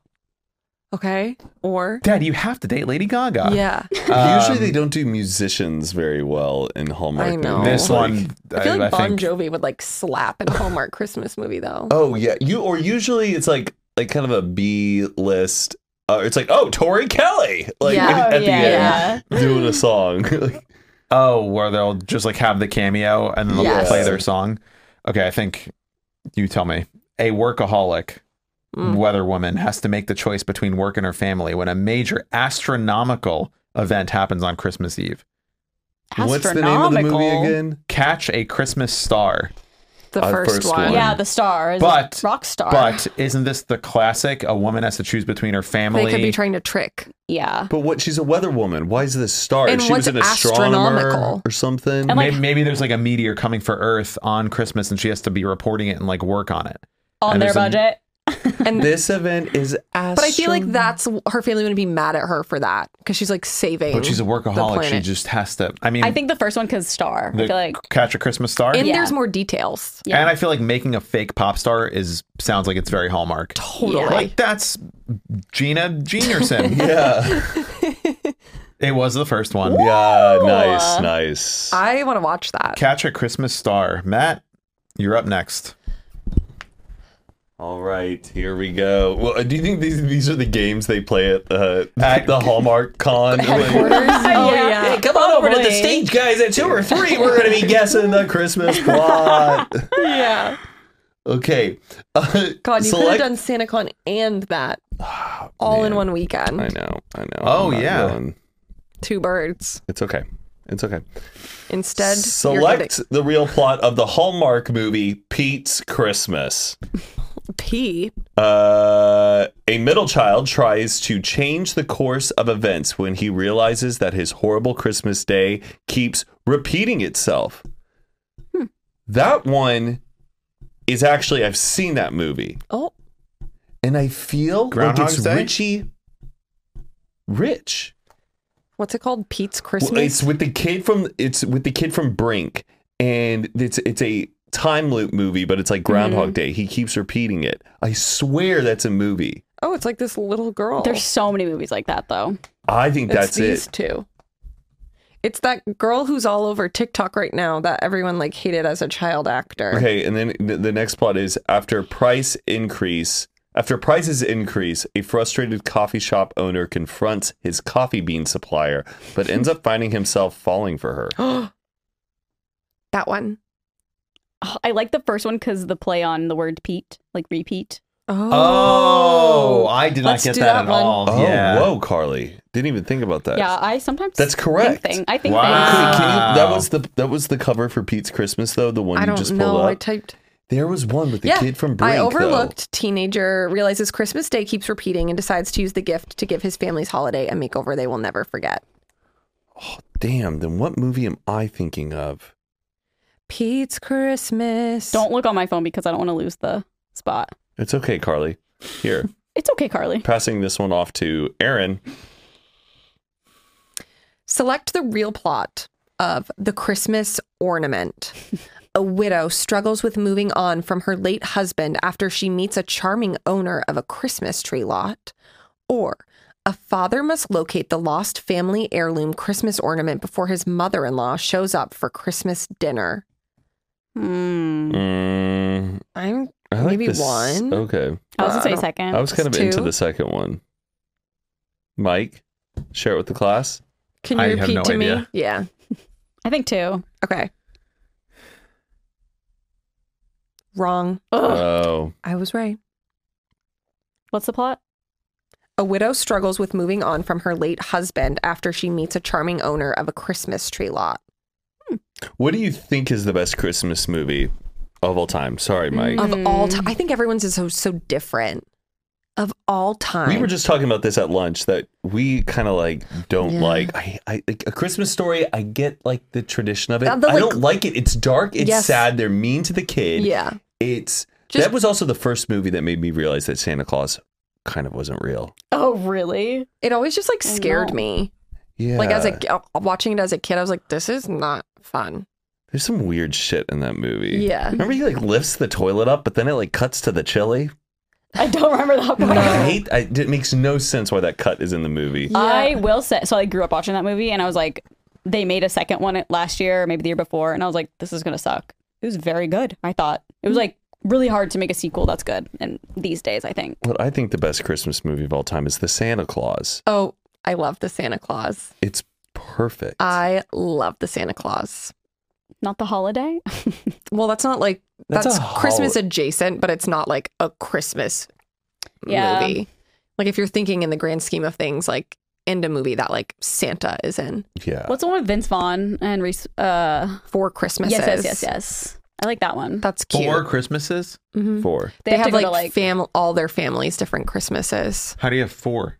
Speaker 2: Okay. Or,
Speaker 3: Dad, you have to date Lady Gaga.
Speaker 2: yeah.
Speaker 1: Usually they don't do musicians very well in Hallmark.
Speaker 2: I know.
Speaker 1: movies.
Speaker 3: Um, This
Speaker 1: Like-
Speaker 3: one,
Speaker 2: I feel like
Speaker 3: I
Speaker 2: Bon
Speaker 3: think.
Speaker 2: Jovi would like slap in a Hallmark Christmas movie though.
Speaker 1: Oh yeah, you or usually it's like like kind of a B list. Uh, it's like oh, Tori Kelly, like
Speaker 2: Yeah.
Speaker 1: at the
Speaker 4: Yeah,
Speaker 1: end doing a song. Like,
Speaker 3: Oh, where they'll just like have the cameo and then they'll
Speaker 2: Yes.
Speaker 3: play their song. Okay, I think you tell me. A workaholic
Speaker 2: Mm.
Speaker 3: weather woman has to make the choice between work and her family when a major astronomical event happens on Christmas Eve.
Speaker 1: what's the name of the movie again?
Speaker 3: Catch a Christmas star.
Speaker 2: The
Speaker 1: Uh,
Speaker 2: first,
Speaker 1: first
Speaker 2: one.
Speaker 1: one.
Speaker 4: Yeah, the star is
Speaker 3: But-
Speaker 4: a rock star.
Speaker 3: But isn't this the classic? A woman has to choose between her
Speaker 2: Ah. They could be
Speaker 3: family.
Speaker 2: trying to trick.
Speaker 4: yeah,
Speaker 1: But what? She's a weather woman. Why is this star?
Speaker 2: And
Speaker 1: she
Speaker 2: what's
Speaker 1: was an astronomer
Speaker 2: astronomical?
Speaker 1: or something.
Speaker 4: And, like-
Speaker 3: maybe, maybe there's like a meteor coming for Earth on Christmas and she has to be reporting it and like work on it.
Speaker 4: on
Speaker 3: And
Speaker 4: their
Speaker 3: there's a-
Speaker 4: budget.
Speaker 2: And
Speaker 1: this event is astro.
Speaker 2: but I feel like that's her family would be mad at her for that because she's like saving.
Speaker 3: But she's a workaholic. She
Speaker 2: planet.
Speaker 3: just has to. I mean,
Speaker 4: I think the first one because star. I
Speaker 3: the
Speaker 4: feel like
Speaker 3: Catch a Christmas Star.
Speaker 2: and
Speaker 4: Yeah.
Speaker 2: there's more details.
Speaker 4: Yeah.
Speaker 3: And I feel like making a fake pop star is sounds like it's very hallmark.
Speaker 2: Totally.
Speaker 3: Like that's Gina Jeanerson.
Speaker 1: yeah,
Speaker 3: it was the first one.
Speaker 1: yeah, nice, nice.
Speaker 2: I want to watch that.
Speaker 3: Catch a Christmas Star. Matt, you're up next.
Speaker 1: All right, here we go. Well, uh, do you think these these are the games they play at uh,
Speaker 3: At-
Speaker 1: the Hallmark Con?
Speaker 2: Oh
Speaker 4: Yeah.
Speaker 2: yeah.
Speaker 1: Come on over to the
Speaker 4: Probably.
Speaker 1: stage, guys. At two or three, we're going to be guessing the Christmas plot.
Speaker 2: Yeah.
Speaker 1: Okay. Uh,
Speaker 2: God, you could have
Speaker 1: select-
Speaker 2: done SantaCon and that all in
Speaker 1: Oh, man.
Speaker 2: one weekend.
Speaker 1: I know. I know.
Speaker 3: Oh,
Speaker 1: I'm not
Speaker 3: yeah.
Speaker 1: going.
Speaker 2: Two birds.
Speaker 1: It's okay. It's okay.
Speaker 2: Instead, you're
Speaker 1: Select the real plot of the Hallmark movie Pete's Christmas.
Speaker 2: getting P.
Speaker 1: Uh, a middle child tries to change the course of events when he realizes that his horrible Christmas day keeps repeating itself.
Speaker 2: Hmm.
Speaker 1: That one is actually I've seen that movie,
Speaker 2: Oh,
Speaker 1: and I feel
Speaker 3: Groundhog's
Speaker 1: like it's
Speaker 3: Day?
Speaker 1: Richie Rich.
Speaker 2: what's it called? Pete's
Speaker 1: Well,
Speaker 2: Christmas.
Speaker 1: it's with the kid from it's with the kid from Brink, and it's it's a time loop movie, but it's like Groundhog Day. He keeps repeating it. I swear that's a movie.
Speaker 2: oh, it's like this little girl.
Speaker 4: There's so many movies like that though.
Speaker 1: I think
Speaker 2: It's
Speaker 1: that's it.
Speaker 2: these two. It's that girl who's all over TikTok right now that everyone like hated as a child actor.
Speaker 1: Okay, and then the, the next plot is after price increase. After prices increase, a frustrated coffee shop owner confronts his coffee bean supplier, but ends up finding himself falling for her.
Speaker 2: That one.
Speaker 4: Oh, I like the first one because the play on the word Pete, like repeat.
Speaker 3: Oh, I did not
Speaker 2: Let's
Speaker 3: get
Speaker 2: do that
Speaker 3: that, at
Speaker 2: one.
Speaker 3: all.
Speaker 1: Oh,
Speaker 3: yeah.
Speaker 1: whoa, Carly! Didn't even think about that.
Speaker 4: Yeah, I sometimes
Speaker 1: That's correct.
Speaker 4: Think thing. I think
Speaker 3: Wow.
Speaker 1: Can-
Speaker 4: things.
Speaker 1: can you- that
Speaker 3: Wow.
Speaker 1: was the that was the cover for Pete's Christmas though. The one
Speaker 2: I
Speaker 1: you
Speaker 2: don't
Speaker 1: just
Speaker 2: know.
Speaker 1: pulled
Speaker 2: I
Speaker 1: up.
Speaker 2: typed.
Speaker 1: there was one with the
Speaker 2: yeah,
Speaker 1: kid from Brink.
Speaker 2: I
Speaker 1: though.
Speaker 2: overlooked teenager realizes Christmas Day keeps repeating and decides to use the gift to give his family's holiday a makeover they will never forget.
Speaker 1: Damn. Then what movie am I thinking of?
Speaker 2: Pete's Christmas.
Speaker 4: Don't look on my phone because I don't want to lose the spot.
Speaker 1: It's okay, Carly. Here,
Speaker 4: It's okay, Carly.
Speaker 1: passing this one off to Aaron.
Speaker 2: Select the real plot of The Christmas Ornament. a widow struggles with moving on from her late husband after she meets a charming owner of a Christmas tree lot. Or a father must locate the lost family heirloom Christmas ornament before his mother in law shows up for Christmas dinner.
Speaker 4: Hmm.
Speaker 1: Mm,
Speaker 2: I'm
Speaker 1: I like
Speaker 2: Maybe
Speaker 1: this-
Speaker 2: one?
Speaker 1: Okay.
Speaker 4: I was gonna
Speaker 2: I
Speaker 4: say
Speaker 2: don't-
Speaker 4: second.
Speaker 1: I was kind of into
Speaker 2: two?
Speaker 1: the second one. Mike, share it with the class.
Speaker 2: can you
Speaker 3: I have
Speaker 2: repeat
Speaker 3: no
Speaker 2: to me?
Speaker 3: idea.
Speaker 2: Yeah.
Speaker 4: I think two.
Speaker 2: Okay. Wrong.
Speaker 4: Ugh.
Speaker 1: Oh,
Speaker 2: I was right.
Speaker 4: Uh, What's the plot?
Speaker 2: A widow struggles with moving on from her late husband after she meets a charming owner of a Christmas tree lot.
Speaker 1: what do you think is the best Christmas movie of all time? Sorry, Mike.
Speaker 2: Of all time, I think everyone's is so so different. of all time.
Speaker 1: We were just talking about this at lunch that we kind of like don't
Speaker 2: Yeah.
Speaker 1: like. I, I like a Christmas story. I get like the tradition of it.
Speaker 2: Uh, the,
Speaker 1: I
Speaker 2: like-
Speaker 1: don't like it. It's dark. It's
Speaker 2: Yes.
Speaker 1: sad. They're mean to the kid.
Speaker 2: yeah.
Speaker 1: It's
Speaker 2: Just-
Speaker 1: that was also the first movie that made me realize that Santa Claus kind of wasn't real.
Speaker 4: Oh, really?
Speaker 2: It always just like
Speaker 4: I
Speaker 2: scared
Speaker 4: know.
Speaker 2: me.
Speaker 1: Yeah,
Speaker 2: Like as a uh, watching it as a kid, I was like, this is not fun.
Speaker 1: there's some weird shit in that movie.
Speaker 2: Yeah.
Speaker 1: Remember he like lifts the toilet up, but then it like cuts to the chili.
Speaker 4: I don't remember that part.
Speaker 1: I hate. I, it makes no sense why that cut is in the movie.
Speaker 4: I will say. So I grew up watching that movie, and I was like, they made a second one last year, or maybe the year before, and I was like, this is gonna suck. It was very good. I thought it was like really hard to make a sequel that's good, and these days I think
Speaker 1: What I think the best Christmas movie of all time is The Santa Claus.
Speaker 2: Oh, I love the Santa Claus.
Speaker 1: It's perfect.
Speaker 2: I love the Santa Claus.
Speaker 4: not the holiday.
Speaker 2: Well, that's not like
Speaker 1: That's
Speaker 2: that's,
Speaker 1: a
Speaker 2: Christmas
Speaker 1: hol-
Speaker 2: adjacent, but it's not like a Christmas
Speaker 4: Yeah.
Speaker 2: movie. Like if you're thinking in the grand scheme of things, like end a movie that like Santa is in
Speaker 1: yeah.
Speaker 4: What's the one with Vince Vaughn and Reese? Uh,
Speaker 2: for Christmases.
Speaker 4: yes, yes, yes, yes. I like that one.
Speaker 2: That's cute.
Speaker 3: Four Christmases?
Speaker 2: Mhm.
Speaker 1: Four.
Speaker 2: They, have,
Speaker 4: to go
Speaker 2: like,
Speaker 4: to,
Speaker 2: fam- all their families different Christmases.
Speaker 3: How do you have four?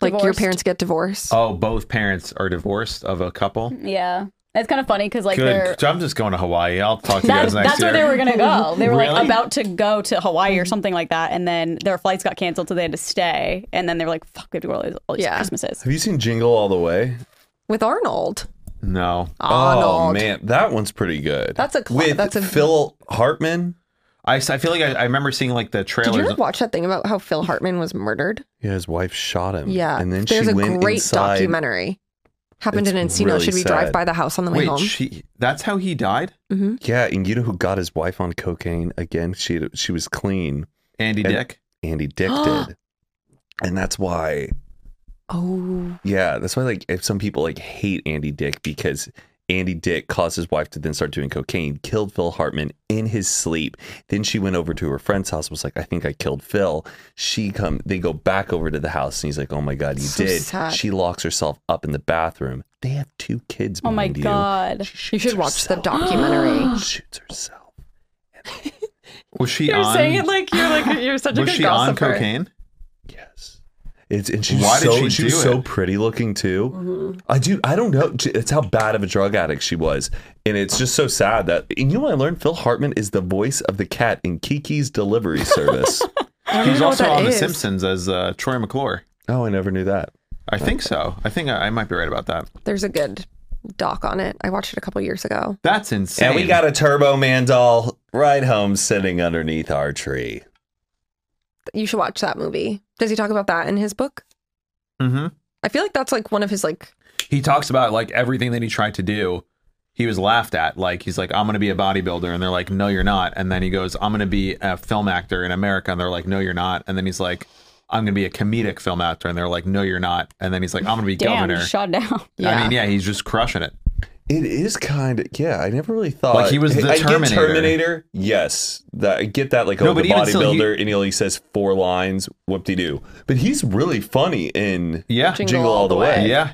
Speaker 2: Like your
Speaker 4: Divorced.
Speaker 2: parents get divorced.
Speaker 3: Oh, both parents are divorced of a couple.
Speaker 4: yeah, it's kind of funny because like they're.
Speaker 3: Good. So I'm just going to Hawaii. I'll talk to you
Speaker 4: That,
Speaker 3: guys next
Speaker 4: that's
Speaker 3: year.
Speaker 4: where they were gonna go. They were
Speaker 3: Really?
Speaker 4: like about to go to Hawaii or something like that, and then their flights got canceled, so they had to stay. And then they were like, "Fuck, we have to go to all these, all these
Speaker 2: Yeah.
Speaker 4: Christmases."
Speaker 1: Have you seen Jingle All the Way?
Speaker 2: With Arnold.
Speaker 3: no.
Speaker 1: Oh
Speaker 2: Arnold.
Speaker 1: man, that one's pretty good.
Speaker 2: Ah, That's a cla-
Speaker 1: with
Speaker 2: that's a-
Speaker 1: Phil Hartman.
Speaker 3: I, s- I feel like I, I remember seeing like the
Speaker 2: Did you
Speaker 3: trailers.
Speaker 2: ever watch that thing about how Phil Hartman was murdered?
Speaker 1: Yeah, his wife shot him.
Speaker 2: Yeah.
Speaker 1: and then
Speaker 2: There's
Speaker 1: she
Speaker 2: a
Speaker 1: went
Speaker 2: great
Speaker 1: inside.
Speaker 2: documentary. Happened
Speaker 1: It's
Speaker 2: in Encino.
Speaker 1: really
Speaker 2: Should we drive
Speaker 1: sad.
Speaker 2: by the house on the way
Speaker 3: Wait,
Speaker 2: home?
Speaker 3: she, that's how he died?
Speaker 2: hmm
Speaker 1: Yeah, and you know who got his wife on cocaine again? She she was clean.
Speaker 3: Andy
Speaker 1: And-
Speaker 3: Dick?
Speaker 1: Andy Dick did, and that's why.
Speaker 2: Oh.
Speaker 1: Yeah, that's why. Like, if some people like hate Andy Dick because. Andy Dick caused his wife to then start doing cocaine, killed Phil Hartman in his sleep. Then she went over to her friend's house, was like, I think I killed Phil. She come they go back over to the house and he's like, Oh my god, you
Speaker 2: So
Speaker 1: did.
Speaker 2: sad.
Speaker 1: She locks herself up in the bathroom. They have two kids.
Speaker 4: Oh my
Speaker 1: mind you.
Speaker 4: god.
Speaker 1: She
Speaker 2: You
Speaker 1: shoots
Speaker 2: should watch the
Speaker 1: herself.
Speaker 2: documentary.
Speaker 1: shoots herself.
Speaker 3: Was she on?
Speaker 2: like you're like you're such
Speaker 3: was she on cocaine?
Speaker 1: Yes. It's, and she's
Speaker 3: Why did
Speaker 1: so
Speaker 3: she
Speaker 1: she,
Speaker 3: do
Speaker 1: was so
Speaker 3: it?
Speaker 1: pretty looking too. I do I don't know. It's how bad of a drug addict she was, and it's just so sad that. And you know what I learned? Phil Hartman is the voice of the cat in Kiki's Delivery Service.
Speaker 3: He's
Speaker 2: know what
Speaker 3: also
Speaker 2: that
Speaker 3: on The
Speaker 2: is.
Speaker 3: Simpsons as uh, Troy McClure.
Speaker 1: oh, I never knew that.
Speaker 3: I think so. I think I, I might be right about that.
Speaker 2: There's a good doc on it. I watched it a couple years ago.
Speaker 3: That's insane.
Speaker 1: And we got a Turbo Man doll right home sitting underneath our tree.
Speaker 2: You should watch that movie. Does he talk about that in his book?
Speaker 3: hmm
Speaker 2: I feel like that's like one of his like
Speaker 3: He talks about like everything that he tried to do. He was laughed at. Like he's like, I'm gonna be a bodybuilder, and they're like, No, you're not. And then he goes, I'm gonna be a film actor in America, and they're like, No, you're not. And then he's like, I'm gonna be a comedic film actor, and they're like, No, you're not. And then he's like, I'm gonna be
Speaker 4: Damn,
Speaker 3: governor.
Speaker 4: shut down.
Speaker 3: I
Speaker 2: yeah.
Speaker 3: mean, yeah, he's just crushing it.
Speaker 1: It is kind of yeah. I never really thought
Speaker 3: Like, he was the
Speaker 1: I get
Speaker 3: Terminator.
Speaker 1: Terminator, yes, that, I get that. Like
Speaker 3: No,
Speaker 1: oh,
Speaker 3: but
Speaker 1: the
Speaker 3: even still, he-
Speaker 1: bodybuilder, and he only says four lines. Whoop de doo. But he's really funny in
Speaker 3: Yeah.
Speaker 2: Jingle
Speaker 1: Jingle All the Way.
Speaker 3: Yeah.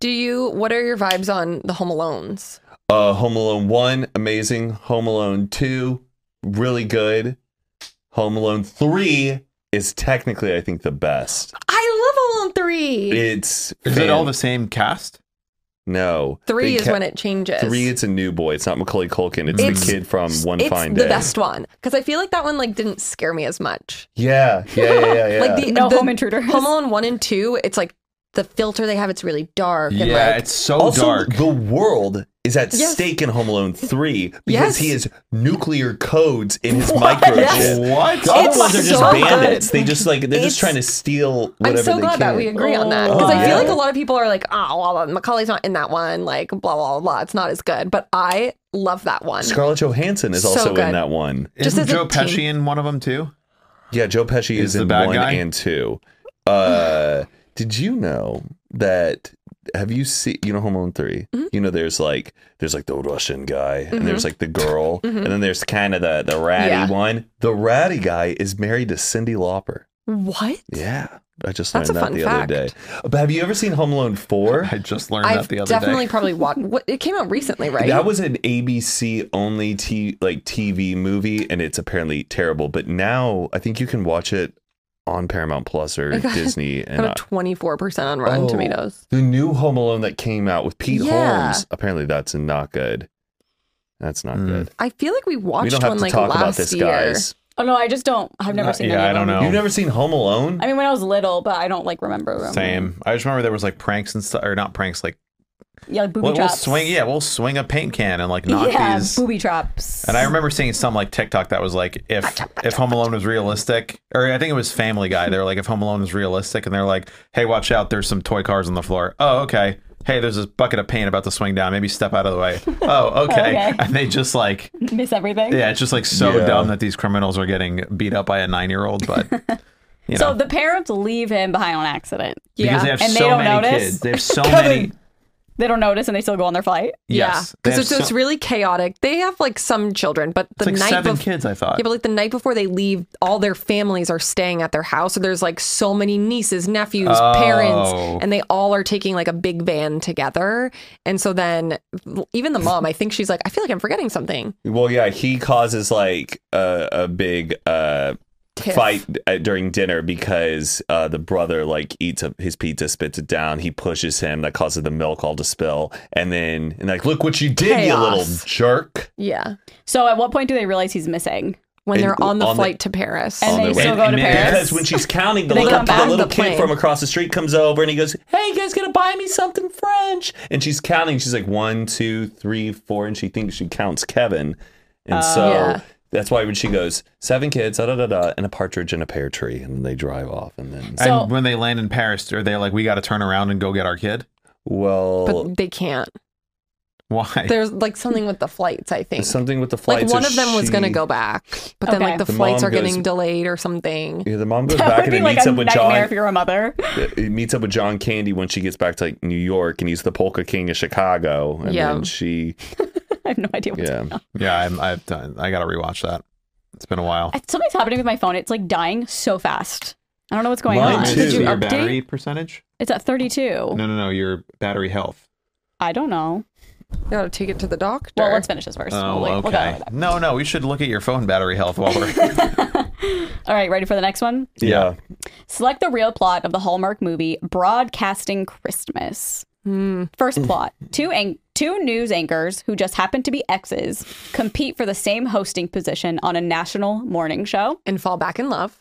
Speaker 2: Do you what are your vibes on the Home Alones?
Speaker 1: Uh, Home Alone one, amazing. Home Alone two, really good. Home Alone three is technically, I think, the best.
Speaker 2: I love Home Alone 3.
Speaker 1: It's
Speaker 3: Is it all
Speaker 1: fan-
Speaker 3: the same cast?
Speaker 1: no
Speaker 2: 3
Speaker 1: They
Speaker 2: is
Speaker 1: ca-
Speaker 2: when it changes.
Speaker 1: three. It's a new boy. It's not Macaulay Culkin. It's,
Speaker 2: It's-
Speaker 1: the kid from One
Speaker 2: it's
Speaker 1: Fine
Speaker 2: the
Speaker 1: Day.
Speaker 2: best one because I feel like that one like didn't scare me as much.
Speaker 1: Yeah, yeah, yeah, yeah. yeah.
Speaker 2: Like the
Speaker 4: No
Speaker 2: the
Speaker 4: home intruders.
Speaker 2: Home Alone one and two, it's like the filter they have. It's really dark. And
Speaker 3: yeah,
Speaker 2: like,
Speaker 3: it's so
Speaker 1: also,
Speaker 3: dark.
Speaker 1: the world is at
Speaker 2: Yes.
Speaker 1: stake in Home Alone 3 because
Speaker 2: Yes.
Speaker 1: he has nuclear codes in his
Speaker 4: What?
Speaker 1: microchip.
Speaker 3: what?
Speaker 1: The other ones are just
Speaker 2: so
Speaker 1: bandits.
Speaker 2: good.
Speaker 1: They just like they're
Speaker 2: It's-
Speaker 1: just trying to steal whatever
Speaker 2: I'm so
Speaker 1: they
Speaker 2: glad
Speaker 1: can.
Speaker 2: that we agree on that
Speaker 4: Oh,
Speaker 2: because I
Speaker 1: yeah.
Speaker 2: feel like a lot of people are like, oh, well, Macaulay's not in that one. Like blah blah blah. It's not as good, but I love that one.
Speaker 1: Scarlett Johansson is
Speaker 2: So
Speaker 1: also in
Speaker 2: good.
Speaker 1: that one.
Speaker 2: Just
Speaker 3: Isn't
Speaker 2: as a
Speaker 3: Joe Pesci
Speaker 2: teen.
Speaker 3: in one of them too?
Speaker 1: Yeah, Joe Pesci
Speaker 3: He's
Speaker 1: is
Speaker 3: the
Speaker 1: in
Speaker 3: bad
Speaker 1: one
Speaker 3: guy?
Speaker 1: and two. Uh, did you know that? Have you seen you know Home Alone 3
Speaker 2: Mm-hmm.
Speaker 1: You know there's like there's like the Russian guy and there's like the girl and then there's kind of the the ratty
Speaker 2: Mm-hmm. Yeah.
Speaker 1: one. The ratty guy is married to Cindy Lauper.
Speaker 2: What?
Speaker 1: Yeah, I just learned
Speaker 2: That's a
Speaker 1: that
Speaker 2: fun
Speaker 1: the
Speaker 2: fact.
Speaker 1: other day. But have you ever seen Home Alone Four?
Speaker 3: I just learned
Speaker 2: I've
Speaker 3: that the other
Speaker 2: definitely
Speaker 3: day.
Speaker 2: probably watched. What, it came out recently, right?
Speaker 1: That was an ABC only t- like TV movie, and it's apparently terrible. But now I think you can watch it on Paramount Plus or
Speaker 2: got-
Speaker 1: Disney.
Speaker 2: I have
Speaker 1: And
Speaker 2: a
Speaker 1: uh,
Speaker 2: twenty four percent on Rotten
Speaker 1: Oh.
Speaker 2: Tomatoes.
Speaker 1: the new Home Alone that came out with Pete
Speaker 2: Yeah.
Speaker 1: Holmes. Apparently, that's not good. That's not
Speaker 3: Mm.
Speaker 1: good.
Speaker 2: I feel like we
Speaker 1: we
Speaker 2: watched
Speaker 1: don't have
Speaker 2: one
Speaker 1: to
Speaker 2: like
Speaker 1: talk
Speaker 2: last
Speaker 1: about this,
Speaker 2: year.
Speaker 1: guys.
Speaker 4: Oh no, I just don't. I've never
Speaker 3: Uh,
Speaker 4: seen.
Speaker 3: yeah,
Speaker 4: any
Speaker 3: I
Speaker 4: of
Speaker 3: don't
Speaker 4: them.
Speaker 3: know.
Speaker 1: You've never seen Home Alone?
Speaker 4: I mean, when I was little, but I don't like remember them.
Speaker 3: Same. I just remember there was like pranks and stuff, or not pranks, like
Speaker 4: Yeah, like booby
Speaker 3: we'll, we'll
Speaker 4: traps.
Speaker 3: swing. Yeah, we'll swing a paint can and like knock
Speaker 4: yeah,
Speaker 3: these.
Speaker 4: booby traps.
Speaker 3: And I remember seeing some like TikTok that was like, if if Home Alone was realistic, or I think it was Family Guy, they were like, if Home Alone is realistic, and they're like, hey, watch out, there's some toy cars on the floor. Oh, okay. Hey, there's this bucket of paint about to swing down. Maybe step out of the way. Oh, okay.
Speaker 4: Okay.
Speaker 3: And they just like,
Speaker 4: miss everything.
Speaker 3: yeah, it's just like so
Speaker 1: Yeah.
Speaker 3: dumb that these criminals are getting beat up by a nine year old. But you
Speaker 4: So
Speaker 3: know,
Speaker 4: the parents leave him behind on accident.
Speaker 3: because
Speaker 2: Yeah.
Speaker 3: they have
Speaker 4: and they
Speaker 3: so
Speaker 4: don't
Speaker 3: many
Speaker 4: notice.
Speaker 3: kids, they have so
Speaker 1: Kevin!
Speaker 3: many.
Speaker 4: They don't notice, and they still go on their flight.
Speaker 3: Yes, they
Speaker 2: because
Speaker 3: have
Speaker 2: it's, it's
Speaker 3: so-
Speaker 2: really chaotic. They have like some children, but the
Speaker 3: it's like
Speaker 2: night
Speaker 3: seven
Speaker 2: bef-
Speaker 3: kids. I thought.
Speaker 2: Yeah, but like the night before they leave, all their families are staying at their house. So there's like so many nieces, nephews,
Speaker 3: Oh.
Speaker 2: parents, and they all are taking like a big van together. And so then even the mom, I think she's like, I feel like I'm forgetting something.
Speaker 1: Well, yeah, he causes like a, a big uh,
Speaker 2: Tiff.
Speaker 1: fight at, during dinner because uh, the brother like eats up his pizza, spits it down. He pushes him, that causes the milk all to spill, and then and like, look what you did, you little
Speaker 2: Chaos.
Speaker 1: jerk.
Speaker 2: Yeah.
Speaker 4: So at what point do they realize he's missing?
Speaker 2: When
Speaker 1: And
Speaker 2: they're on the
Speaker 1: on the-
Speaker 2: flight to Paris.
Speaker 4: And
Speaker 1: On
Speaker 4: they
Speaker 1: their way.
Speaker 4: still go to
Speaker 3: And- and
Speaker 4: Paris.
Speaker 1: Because when she's counting, the
Speaker 4: They
Speaker 1: little,
Speaker 4: come back
Speaker 1: the little
Speaker 2: on the
Speaker 1: kid
Speaker 2: plane.
Speaker 1: from across the street comes over and he goes, "Hey, you guys, gonna buy me something French?" And she's counting. She's like one, two, three, four, and she thinks she counts Kevin,
Speaker 4: Uh,
Speaker 1: and so
Speaker 2: Yeah.
Speaker 1: that's why when she goes, seven kids, da da da da, and a partridge in a pear tree, and they drive off, and then
Speaker 4: So-
Speaker 3: and when they land in Paris, are they like, we got to turn around and go get our kid?
Speaker 1: well,
Speaker 2: but they can't.
Speaker 3: Why?
Speaker 2: There's like something with the flights, I think.
Speaker 1: something with the flights.
Speaker 2: like one
Speaker 1: so
Speaker 2: of them was going to
Speaker 1: she-
Speaker 2: go back, but then
Speaker 4: Okay.
Speaker 2: like the,
Speaker 1: The
Speaker 2: flights
Speaker 1: mom
Speaker 2: are getting
Speaker 1: goes-
Speaker 2: delayed or something.
Speaker 1: Yeah, the mom goes
Speaker 4: that
Speaker 1: back
Speaker 4: would
Speaker 1: and
Speaker 4: be
Speaker 1: it
Speaker 4: like
Speaker 1: meets
Speaker 4: a
Speaker 1: up with
Speaker 4: nightmare
Speaker 1: John.
Speaker 4: if you're a mother.
Speaker 1: it meets up with John Candy when she gets back to like New York, and he's the polka king of Chicago, and
Speaker 2: Yeah.
Speaker 1: then she,
Speaker 4: I have no idea what's
Speaker 1: yeah.
Speaker 3: yeah, I'm, I've done. I got to rewatch that. It's been a while.
Speaker 4: I- Something's happening with my phone. It's like dying so fast. I don't know what's going
Speaker 1: Mine
Speaker 4: on.
Speaker 1: too.
Speaker 4: Did you
Speaker 1: Your
Speaker 4: update?
Speaker 3: percentage?
Speaker 4: It's at 32.
Speaker 3: No, no, no. Your battery health.
Speaker 4: I don't know.
Speaker 2: You got to take it to the doctor.
Speaker 4: Well, let's finish this first.
Speaker 3: Oh,
Speaker 4: We'll wait- we'll go
Speaker 3: okay.
Speaker 4: with that.
Speaker 3: No, no. We should look at your phone battery health while we're.
Speaker 4: All right, ready for the next one?
Speaker 1: yeah.
Speaker 4: Select the real plot of the Hallmark movie Broadcasting Christmas. First plot two, an- two news anchors who just happen to be exes compete for the same hosting position on a national morning show.
Speaker 2: and fall back in love.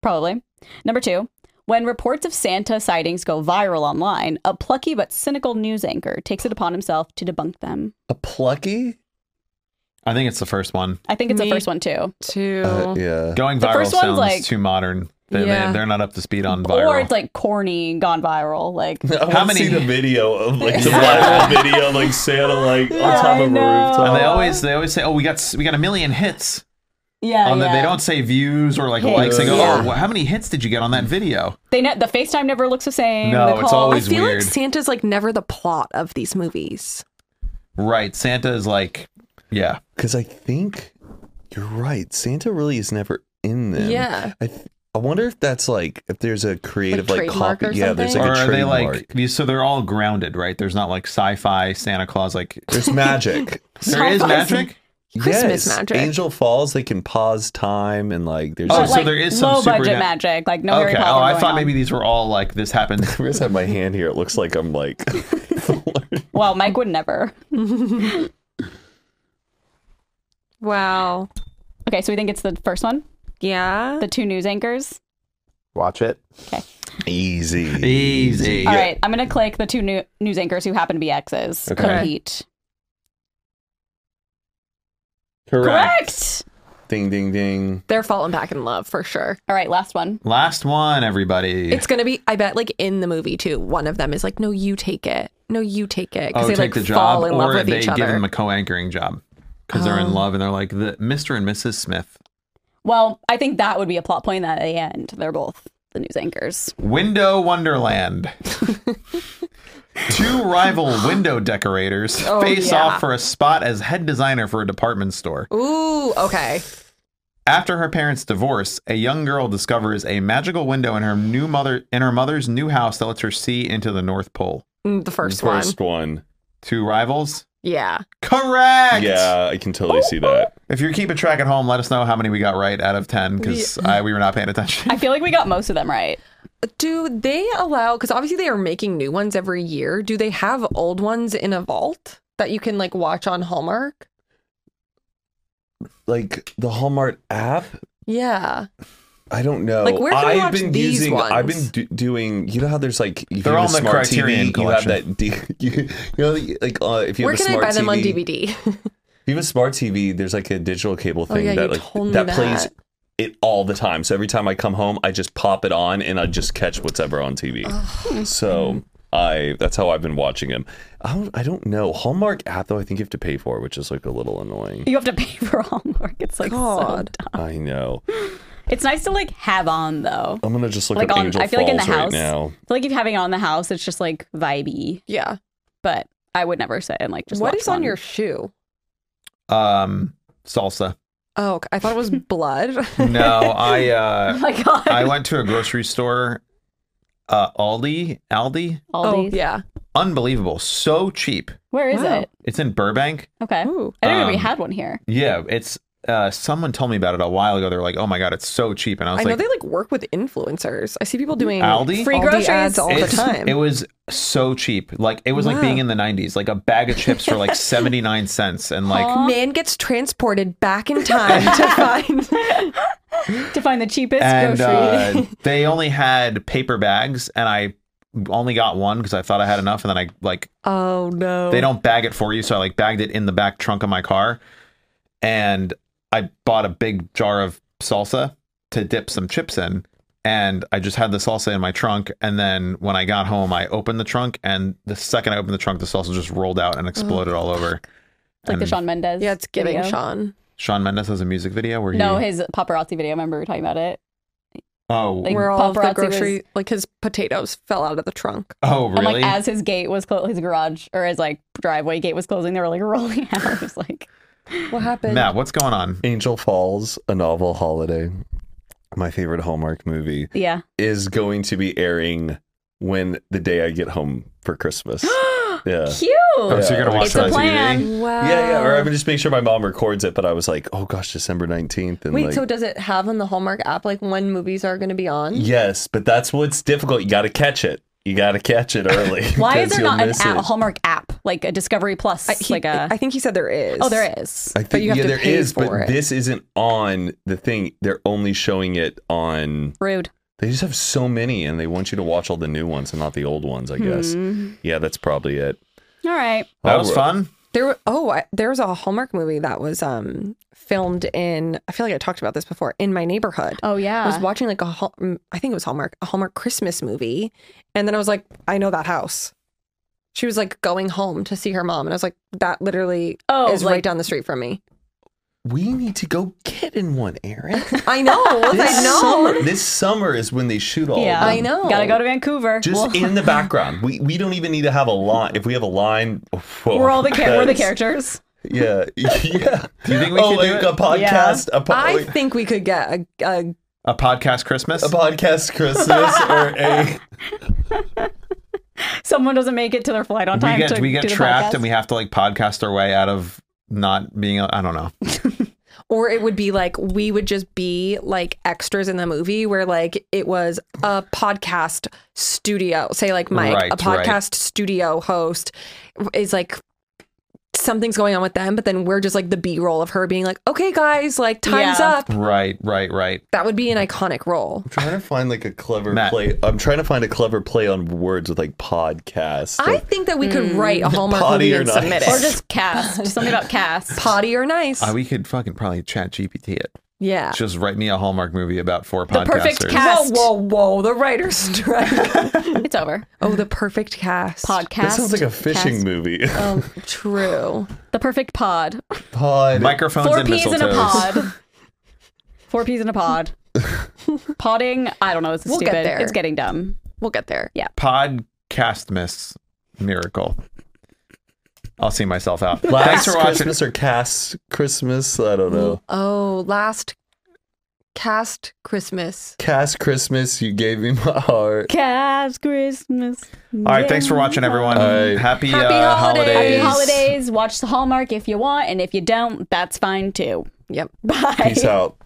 Speaker 4: Probably. Number two, when reports of Santa sightings go viral online, a plucky but cynical news anchor takes it upon himself to debunk them.
Speaker 1: A plucky?
Speaker 3: I think it's the first one.
Speaker 4: I think it's
Speaker 2: Me-
Speaker 4: the first one too.
Speaker 2: Two.
Speaker 1: Uh, yeah.
Speaker 3: Going
Speaker 4: The
Speaker 3: viral
Speaker 4: first one's
Speaker 3: sounds
Speaker 4: like-
Speaker 3: too modern. They,
Speaker 2: Yeah.
Speaker 3: they, are not up to speed on
Speaker 4: Or
Speaker 3: viral.
Speaker 4: it's like corny, gone viral. Like
Speaker 1: I
Speaker 3: How
Speaker 1: How many?
Speaker 3: many-
Speaker 1: See the video of like the viral video, like Santa, like on top
Speaker 4: I
Speaker 1: of a
Speaker 4: know.
Speaker 1: rooftop.
Speaker 3: and they always they always say, "Oh, we got s- we got a million hits."
Speaker 4: Yeah.
Speaker 3: On the,
Speaker 4: yeah.
Speaker 3: they don't say views or like likes. They go,
Speaker 1: Yeah.
Speaker 3: "Oh, well, how many hits did you get on that video?"
Speaker 4: They ne- the FaceTime never looks the same.
Speaker 3: No,
Speaker 4: the
Speaker 3: it's
Speaker 4: call-
Speaker 2: I
Speaker 3: always- It's
Speaker 2: feel
Speaker 3: weird.
Speaker 2: like Santa's like never the plot of these movies.
Speaker 3: Right. Santa is like, yeah.
Speaker 1: Because I think you're right. Santa really is never in them.
Speaker 2: Yeah.
Speaker 1: I, th- I wonder if that's like if there's a creative like,
Speaker 2: trademark
Speaker 1: copy.
Speaker 2: or
Speaker 1: Yeah, there's like
Speaker 3: or
Speaker 1: a
Speaker 3: are they
Speaker 1: trademark.
Speaker 3: like these- so they're all grounded right there's not like sci-fi santa claus like
Speaker 1: There's magic.
Speaker 3: there is
Speaker 4: Sci-fi.
Speaker 3: magic
Speaker 2: Christmas
Speaker 1: yes.
Speaker 2: magic.
Speaker 1: Angel Falls. They can pause time and like there's.
Speaker 3: Oh,
Speaker 4: But
Speaker 1: just,
Speaker 3: so
Speaker 4: like
Speaker 3: there is some
Speaker 4: low budget
Speaker 3: supernat-
Speaker 4: magic, like no Harry
Speaker 3: okay
Speaker 4: Potter.
Speaker 3: oh i
Speaker 4: going
Speaker 3: thought
Speaker 4: on.
Speaker 3: maybe these were all like this happened
Speaker 1: I just have my hand here. It looks like I'm like.
Speaker 4: Well, Mike would never.
Speaker 2: Wow.
Speaker 4: Okay, so we think it's the first one,
Speaker 2: Yeah.
Speaker 4: the two news anchors.
Speaker 3: watch it
Speaker 1: Easy.
Speaker 3: easy
Speaker 4: All right, I'm gonna click the two new- news anchors who happen to be exes.
Speaker 1: Okay.
Speaker 4: Compete. Correct.
Speaker 1: Ding ding ding.
Speaker 2: They're falling back in love for sure.
Speaker 4: All right, last one.
Speaker 3: last one everybody
Speaker 2: It's gonna be, I bet, like in the movie too. One of them is like, "No, you take it. No, you take it," because
Speaker 3: oh
Speaker 2: they
Speaker 3: take
Speaker 2: like
Speaker 3: the
Speaker 2: fall
Speaker 3: job
Speaker 2: in love
Speaker 3: or
Speaker 2: with
Speaker 3: they
Speaker 2: each
Speaker 3: give
Speaker 2: other. Oh.
Speaker 3: them a co-anchoring job because they're in love and they're like the mr and mrs smith
Speaker 4: Well, I think that would be a plot point at the end. They're both the news anchors.
Speaker 3: window wonderland two rival window decorators face
Speaker 2: Oh, yeah.
Speaker 3: off for a spot as head designer for a department store
Speaker 2: Ooh, okay.
Speaker 3: After her parents' divorce, a young girl discovers a magical window in her new mother in her mother's new house that lets her see into the North Pole.
Speaker 2: Mm, The first,
Speaker 1: First one.
Speaker 3: Two rivals?
Speaker 2: Yeah.
Speaker 3: Correct.
Speaker 1: Yeah, I can totally see that.
Speaker 3: If you're keeping track at home, let us know how many we got right out of 10 because we were not paying attention.
Speaker 4: I feel like we got most of them right.
Speaker 2: Do they allow, because obviously they are making new ones every year, do they have old ones in a vault that you can like watch on Hallmark?
Speaker 1: Like the Hallmark app,
Speaker 2: Yeah.
Speaker 1: I don't know.
Speaker 2: Like, where can I
Speaker 1: I've
Speaker 2: watch
Speaker 1: been
Speaker 2: these
Speaker 1: using. I've been
Speaker 2: ones?
Speaker 1: do- doing. You know how there's like if
Speaker 3: They're
Speaker 1: you
Speaker 3: all
Speaker 1: have a
Speaker 3: in the
Speaker 1: smart
Speaker 3: Criterion
Speaker 1: TV, you have
Speaker 3: collection.
Speaker 1: that. D- you, you know, like uh, if you
Speaker 2: Where
Speaker 1: have a
Speaker 2: can I
Speaker 1: smart
Speaker 2: buy them on
Speaker 1: TV
Speaker 2: DVD?
Speaker 1: If you have a smart TV, there's like a digital cable
Speaker 2: Oh,
Speaker 1: thing
Speaker 2: yeah,
Speaker 1: that
Speaker 2: you
Speaker 1: like
Speaker 2: told me
Speaker 1: that, plays
Speaker 2: that.
Speaker 1: it all the time. So every time I come home, I just pop it on and I just catch whatever on TV. so I that's how I've been watching him. I don't, I don't know Hallmark app though. I think you have to pay for, which is like a little annoying.
Speaker 4: You have to pay for homework. It's like so
Speaker 2: God.
Speaker 4: dumb.
Speaker 1: I know.
Speaker 4: It's nice to like have on though.
Speaker 1: I'm gonna just look
Speaker 4: Like
Speaker 1: up
Speaker 4: on,
Speaker 1: Angel
Speaker 4: I feel like in the
Speaker 1: Falls
Speaker 4: house.
Speaker 1: right now.
Speaker 4: I feel like if having it on the house, it's just like vibey.
Speaker 2: yeah.
Speaker 4: But I would never sit and like just.
Speaker 2: what
Speaker 4: watch
Speaker 2: is on
Speaker 4: one.
Speaker 2: your shoe?
Speaker 3: Um, salsa.
Speaker 2: Oh, okay. I thought it was blood.
Speaker 3: No, I uh,
Speaker 4: Oh my god.
Speaker 3: I went to a grocery store, uh, Aldi, Aldi,
Speaker 2: oh,
Speaker 4: All these.
Speaker 2: yeah.
Speaker 3: unbelievable, so cheap.
Speaker 4: Where is
Speaker 2: Wow.
Speaker 4: it?
Speaker 3: It's in Burbank.
Speaker 4: Okay.
Speaker 2: Ooh.
Speaker 4: I didn't know we
Speaker 3: Um,
Speaker 4: had one here.
Speaker 3: Yeah, it's. Uh, someone told me about it a while ago. They were like, "Oh my god, it's so cheap," and I was
Speaker 2: I know
Speaker 3: like,
Speaker 2: they like work with influencers. I see people doing
Speaker 3: Aldi?
Speaker 2: free
Speaker 4: Aldi
Speaker 2: groceries
Speaker 4: ads
Speaker 2: Mm-hmm. all the
Speaker 3: It's-
Speaker 2: time.
Speaker 3: It was so cheap. Like it was like
Speaker 2: Wow.
Speaker 3: being in the '90s. Like a bag of chips for like 79 cents, and like
Speaker 4: Huh?
Speaker 2: Man gets transported back in time to find.
Speaker 4: to find the cheapest
Speaker 3: and
Speaker 4: grocery.
Speaker 3: uh, they only had paper bags, and I only got one because I thought I had enough, and then I like
Speaker 2: Oh no!
Speaker 3: they don't bag it for you, so I like bagged it in the back trunk of my car, and I bought a big jar of salsa to dip some chips in. And I just had the salsa in my trunk, and then when I got home, I opened the trunk, and the second I opened the trunk, the salsa just rolled out and exploded all over.
Speaker 4: like the
Speaker 3: And-
Speaker 4: Sean Mendes.
Speaker 2: Yeah, it's giving
Speaker 4: video.
Speaker 2: Sean.
Speaker 3: Sean Mendes has a music video where he
Speaker 4: No, his paparazzi video. Remember we were talking about it?
Speaker 3: oh
Speaker 4: Like,
Speaker 2: Where all of the
Speaker 4: paparazzi was-
Speaker 2: grocery, like his potatoes, fell out of the trunk.
Speaker 3: oh really
Speaker 4: And like as his gate was closed, his garage or his like driveway gate was closing, they were like rolling out. It was like
Speaker 2: What happened?
Speaker 3: Matt what's going on
Speaker 1: Angel Falls, a novel holiday. My favorite Hallmark movie
Speaker 4: yeah.
Speaker 1: is going to be airing when the day I get home for Christmas. yeah.
Speaker 4: Cute.
Speaker 3: oh so you're gonna watch
Speaker 4: It's
Speaker 3: it
Speaker 4: a
Speaker 3: on
Speaker 4: plan.
Speaker 3: TV
Speaker 2: Wow.
Speaker 1: Yeah, yeah. Or I
Speaker 2: Um,
Speaker 1: would just make sure my mom records it, but I was like, oh gosh, December 19th. And
Speaker 2: Wait,
Speaker 1: like,
Speaker 2: so does it have on the Hallmark app like when movies are going to be on?
Speaker 1: yes, but that's what's difficult. You got to catch it. You got to catch it early.
Speaker 4: Why
Speaker 1: because
Speaker 4: is there
Speaker 1: you'll
Speaker 4: not an
Speaker 1: miss
Speaker 4: app,
Speaker 1: it.
Speaker 4: a Hallmark app like a Discovery Plus?
Speaker 2: I, he-
Speaker 4: like a
Speaker 2: I think he said there is.
Speaker 4: oh, there is.
Speaker 1: I think,
Speaker 2: you have
Speaker 1: yeah,
Speaker 2: to
Speaker 1: there
Speaker 2: pay
Speaker 1: is, but
Speaker 2: for it.
Speaker 1: this isn't on the thing. They're only showing it on.
Speaker 4: Rude.
Speaker 1: They just have so many, and they want you to watch all the new ones and not the old ones, I guess.
Speaker 2: Hmm.
Speaker 1: Yeah, that's probably it.
Speaker 4: Hmm. All right.
Speaker 3: that was
Speaker 1: Alright.
Speaker 3: fun
Speaker 2: There, wa- oh, I, there was a Hallmark movie that was um filmed in. I feel like I talked about this before in my neighborhood.
Speaker 4: Oh
Speaker 2: I was
Speaker 4: yeah.
Speaker 2: watching like a Hall- mm, I think it was Hallmark, a Hallmark Christmas movie, and then I was like, I know that house. She was like going home to see her mom, and I was like, that literally
Speaker 4: Oh,
Speaker 2: is
Speaker 4: like-
Speaker 2: right down the street from me.
Speaker 1: We need to go get in one, Aaron.
Speaker 2: I know, I
Speaker 1: This
Speaker 2: know.
Speaker 1: summer, this summer is when they shoot
Speaker 3: Oh,
Speaker 1: all.
Speaker 4: yeah.
Speaker 1: of them.
Speaker 2: I know.
Speaker 4: Gotta go to Vancouver.
Speaker 1: Just
Speaker 4: Well,
Speaker 1: in the background. We we don't even need to have a line. If we have a line, whoa,
Speaker 4: we're all the char- we're the
Speaker 1: that's-
Speaker 4: characters.
Speaker 1: Yeah, yeah.
Speaker 3: Do you think we
Speaker 1: oh,
Speaker 3: should do
Speaker 1: like
Speaker 3: it?
Speaker 1: a podcast? A, po-
Speaker 2: I
Speaker 1: like,
Speaker 2: think we could get a, a
Speaker 3: a podcast Christmas
Speaker 1: a podcast Christmas or a
Speaker 4: Someone doesn't make it to their flight on
Speaker 3: we
Speaker 4: time.
Speaker 3: get
Speaker 4: to
Speaker 3: we get
Speaker 4: do the
Speaker 3: trapped
Speaker 4: podcast.
Speaker 3: and we have to like podcast our way out of not being I don't know
Speaker 2: or it would be like we would just be like extras in the movie where like it was a podcast studio say like mike
Speaker 3: Right,
Speaker 2: a podcast studio host is like something's going on with them but then we're just like the b-roll of her being like okay guys like time's
Speaker 4: Yeah.
Speaker 2: up
Speaker 3: right right right
Speaker 2: that would be an iconic role
Speaker 1: I'm trying to find like a clever
Speaker 3: Matt.
Speaker 1: play. I'm trying to find a clever play on words with like podcast.
Speaker 2: i
Speaker 1: Like,
Speaker 2: think that we could write a hallmark
Speaker 1: Potty
Speaker 2: movie
Speaker 1: or
Speaker 2: and
Speaker 1: nice.
Speaker 2: submit it
Speaker 4: or just cast Just something about cast.
Speaker 2: potty or nice
Speaker 3: Uh, we could fucking probably chat GPT it
Speaker 2: yeah
Speaker 3: just write me a Hallmark movie about four
Speaker 4: The
Speaker 3: podcasters
Speaker 4: perfect cast.
Speaker 2: whoa whoa whoa the writer's strike
Speaker 4: It's over.
Speaker 2: oh the perfect cast
Speaker 4: Podcast.
Speaker 1: that sounds like a fishing
Speaker 4: Cast. uh,
Speaker 1: movie.
Speaker 2: um, true
Speaker 4: The perfect pod.
Speaker 1: Pod.
Speaker 3: microphones
Speaker 4: Four
Speaker 3: and
Speaker 4: peas in a
Speaker 3: mistletoes.
Speaker 4: pod. Four peas in a pod. Potting. I don't know. It's
Speaker 2: We'll get
Speaker 4: stupid.
Speaker 2: there.
Speaker 4: It's getting dumb.
Speaker 2: we'll get there
Speaker 3: podcast miss miracle. I'll see myself out.
Speaker 1: Last
Speaker 3: Thanks for watching.
Speaker 1: Christmas or cast Christmas? I don't know.
Speaker 4: Mm-hmm.
Speaker 2: Oh, last cast Christmas.
Speaker 1: Cast Christmas, you gave me my heart.
Speaker 4: Cast Christmas.
Speaker 3: All right, thanks for watching, everyone.
Speaker 1: All right.
Speaker 3: Happy,
Speaker 2: Happy
Speaker 3: uh,
Speaker 2: holidays.
Speaker 4: Happy
Speaker 2: Happy
Speaker 4: holidays. guys. Watch the Hallmark if you want, and if you don't, that's fine too.
Speaker 2: Yep.
Speaker 4: Bye.
Speaker 1: Peace out.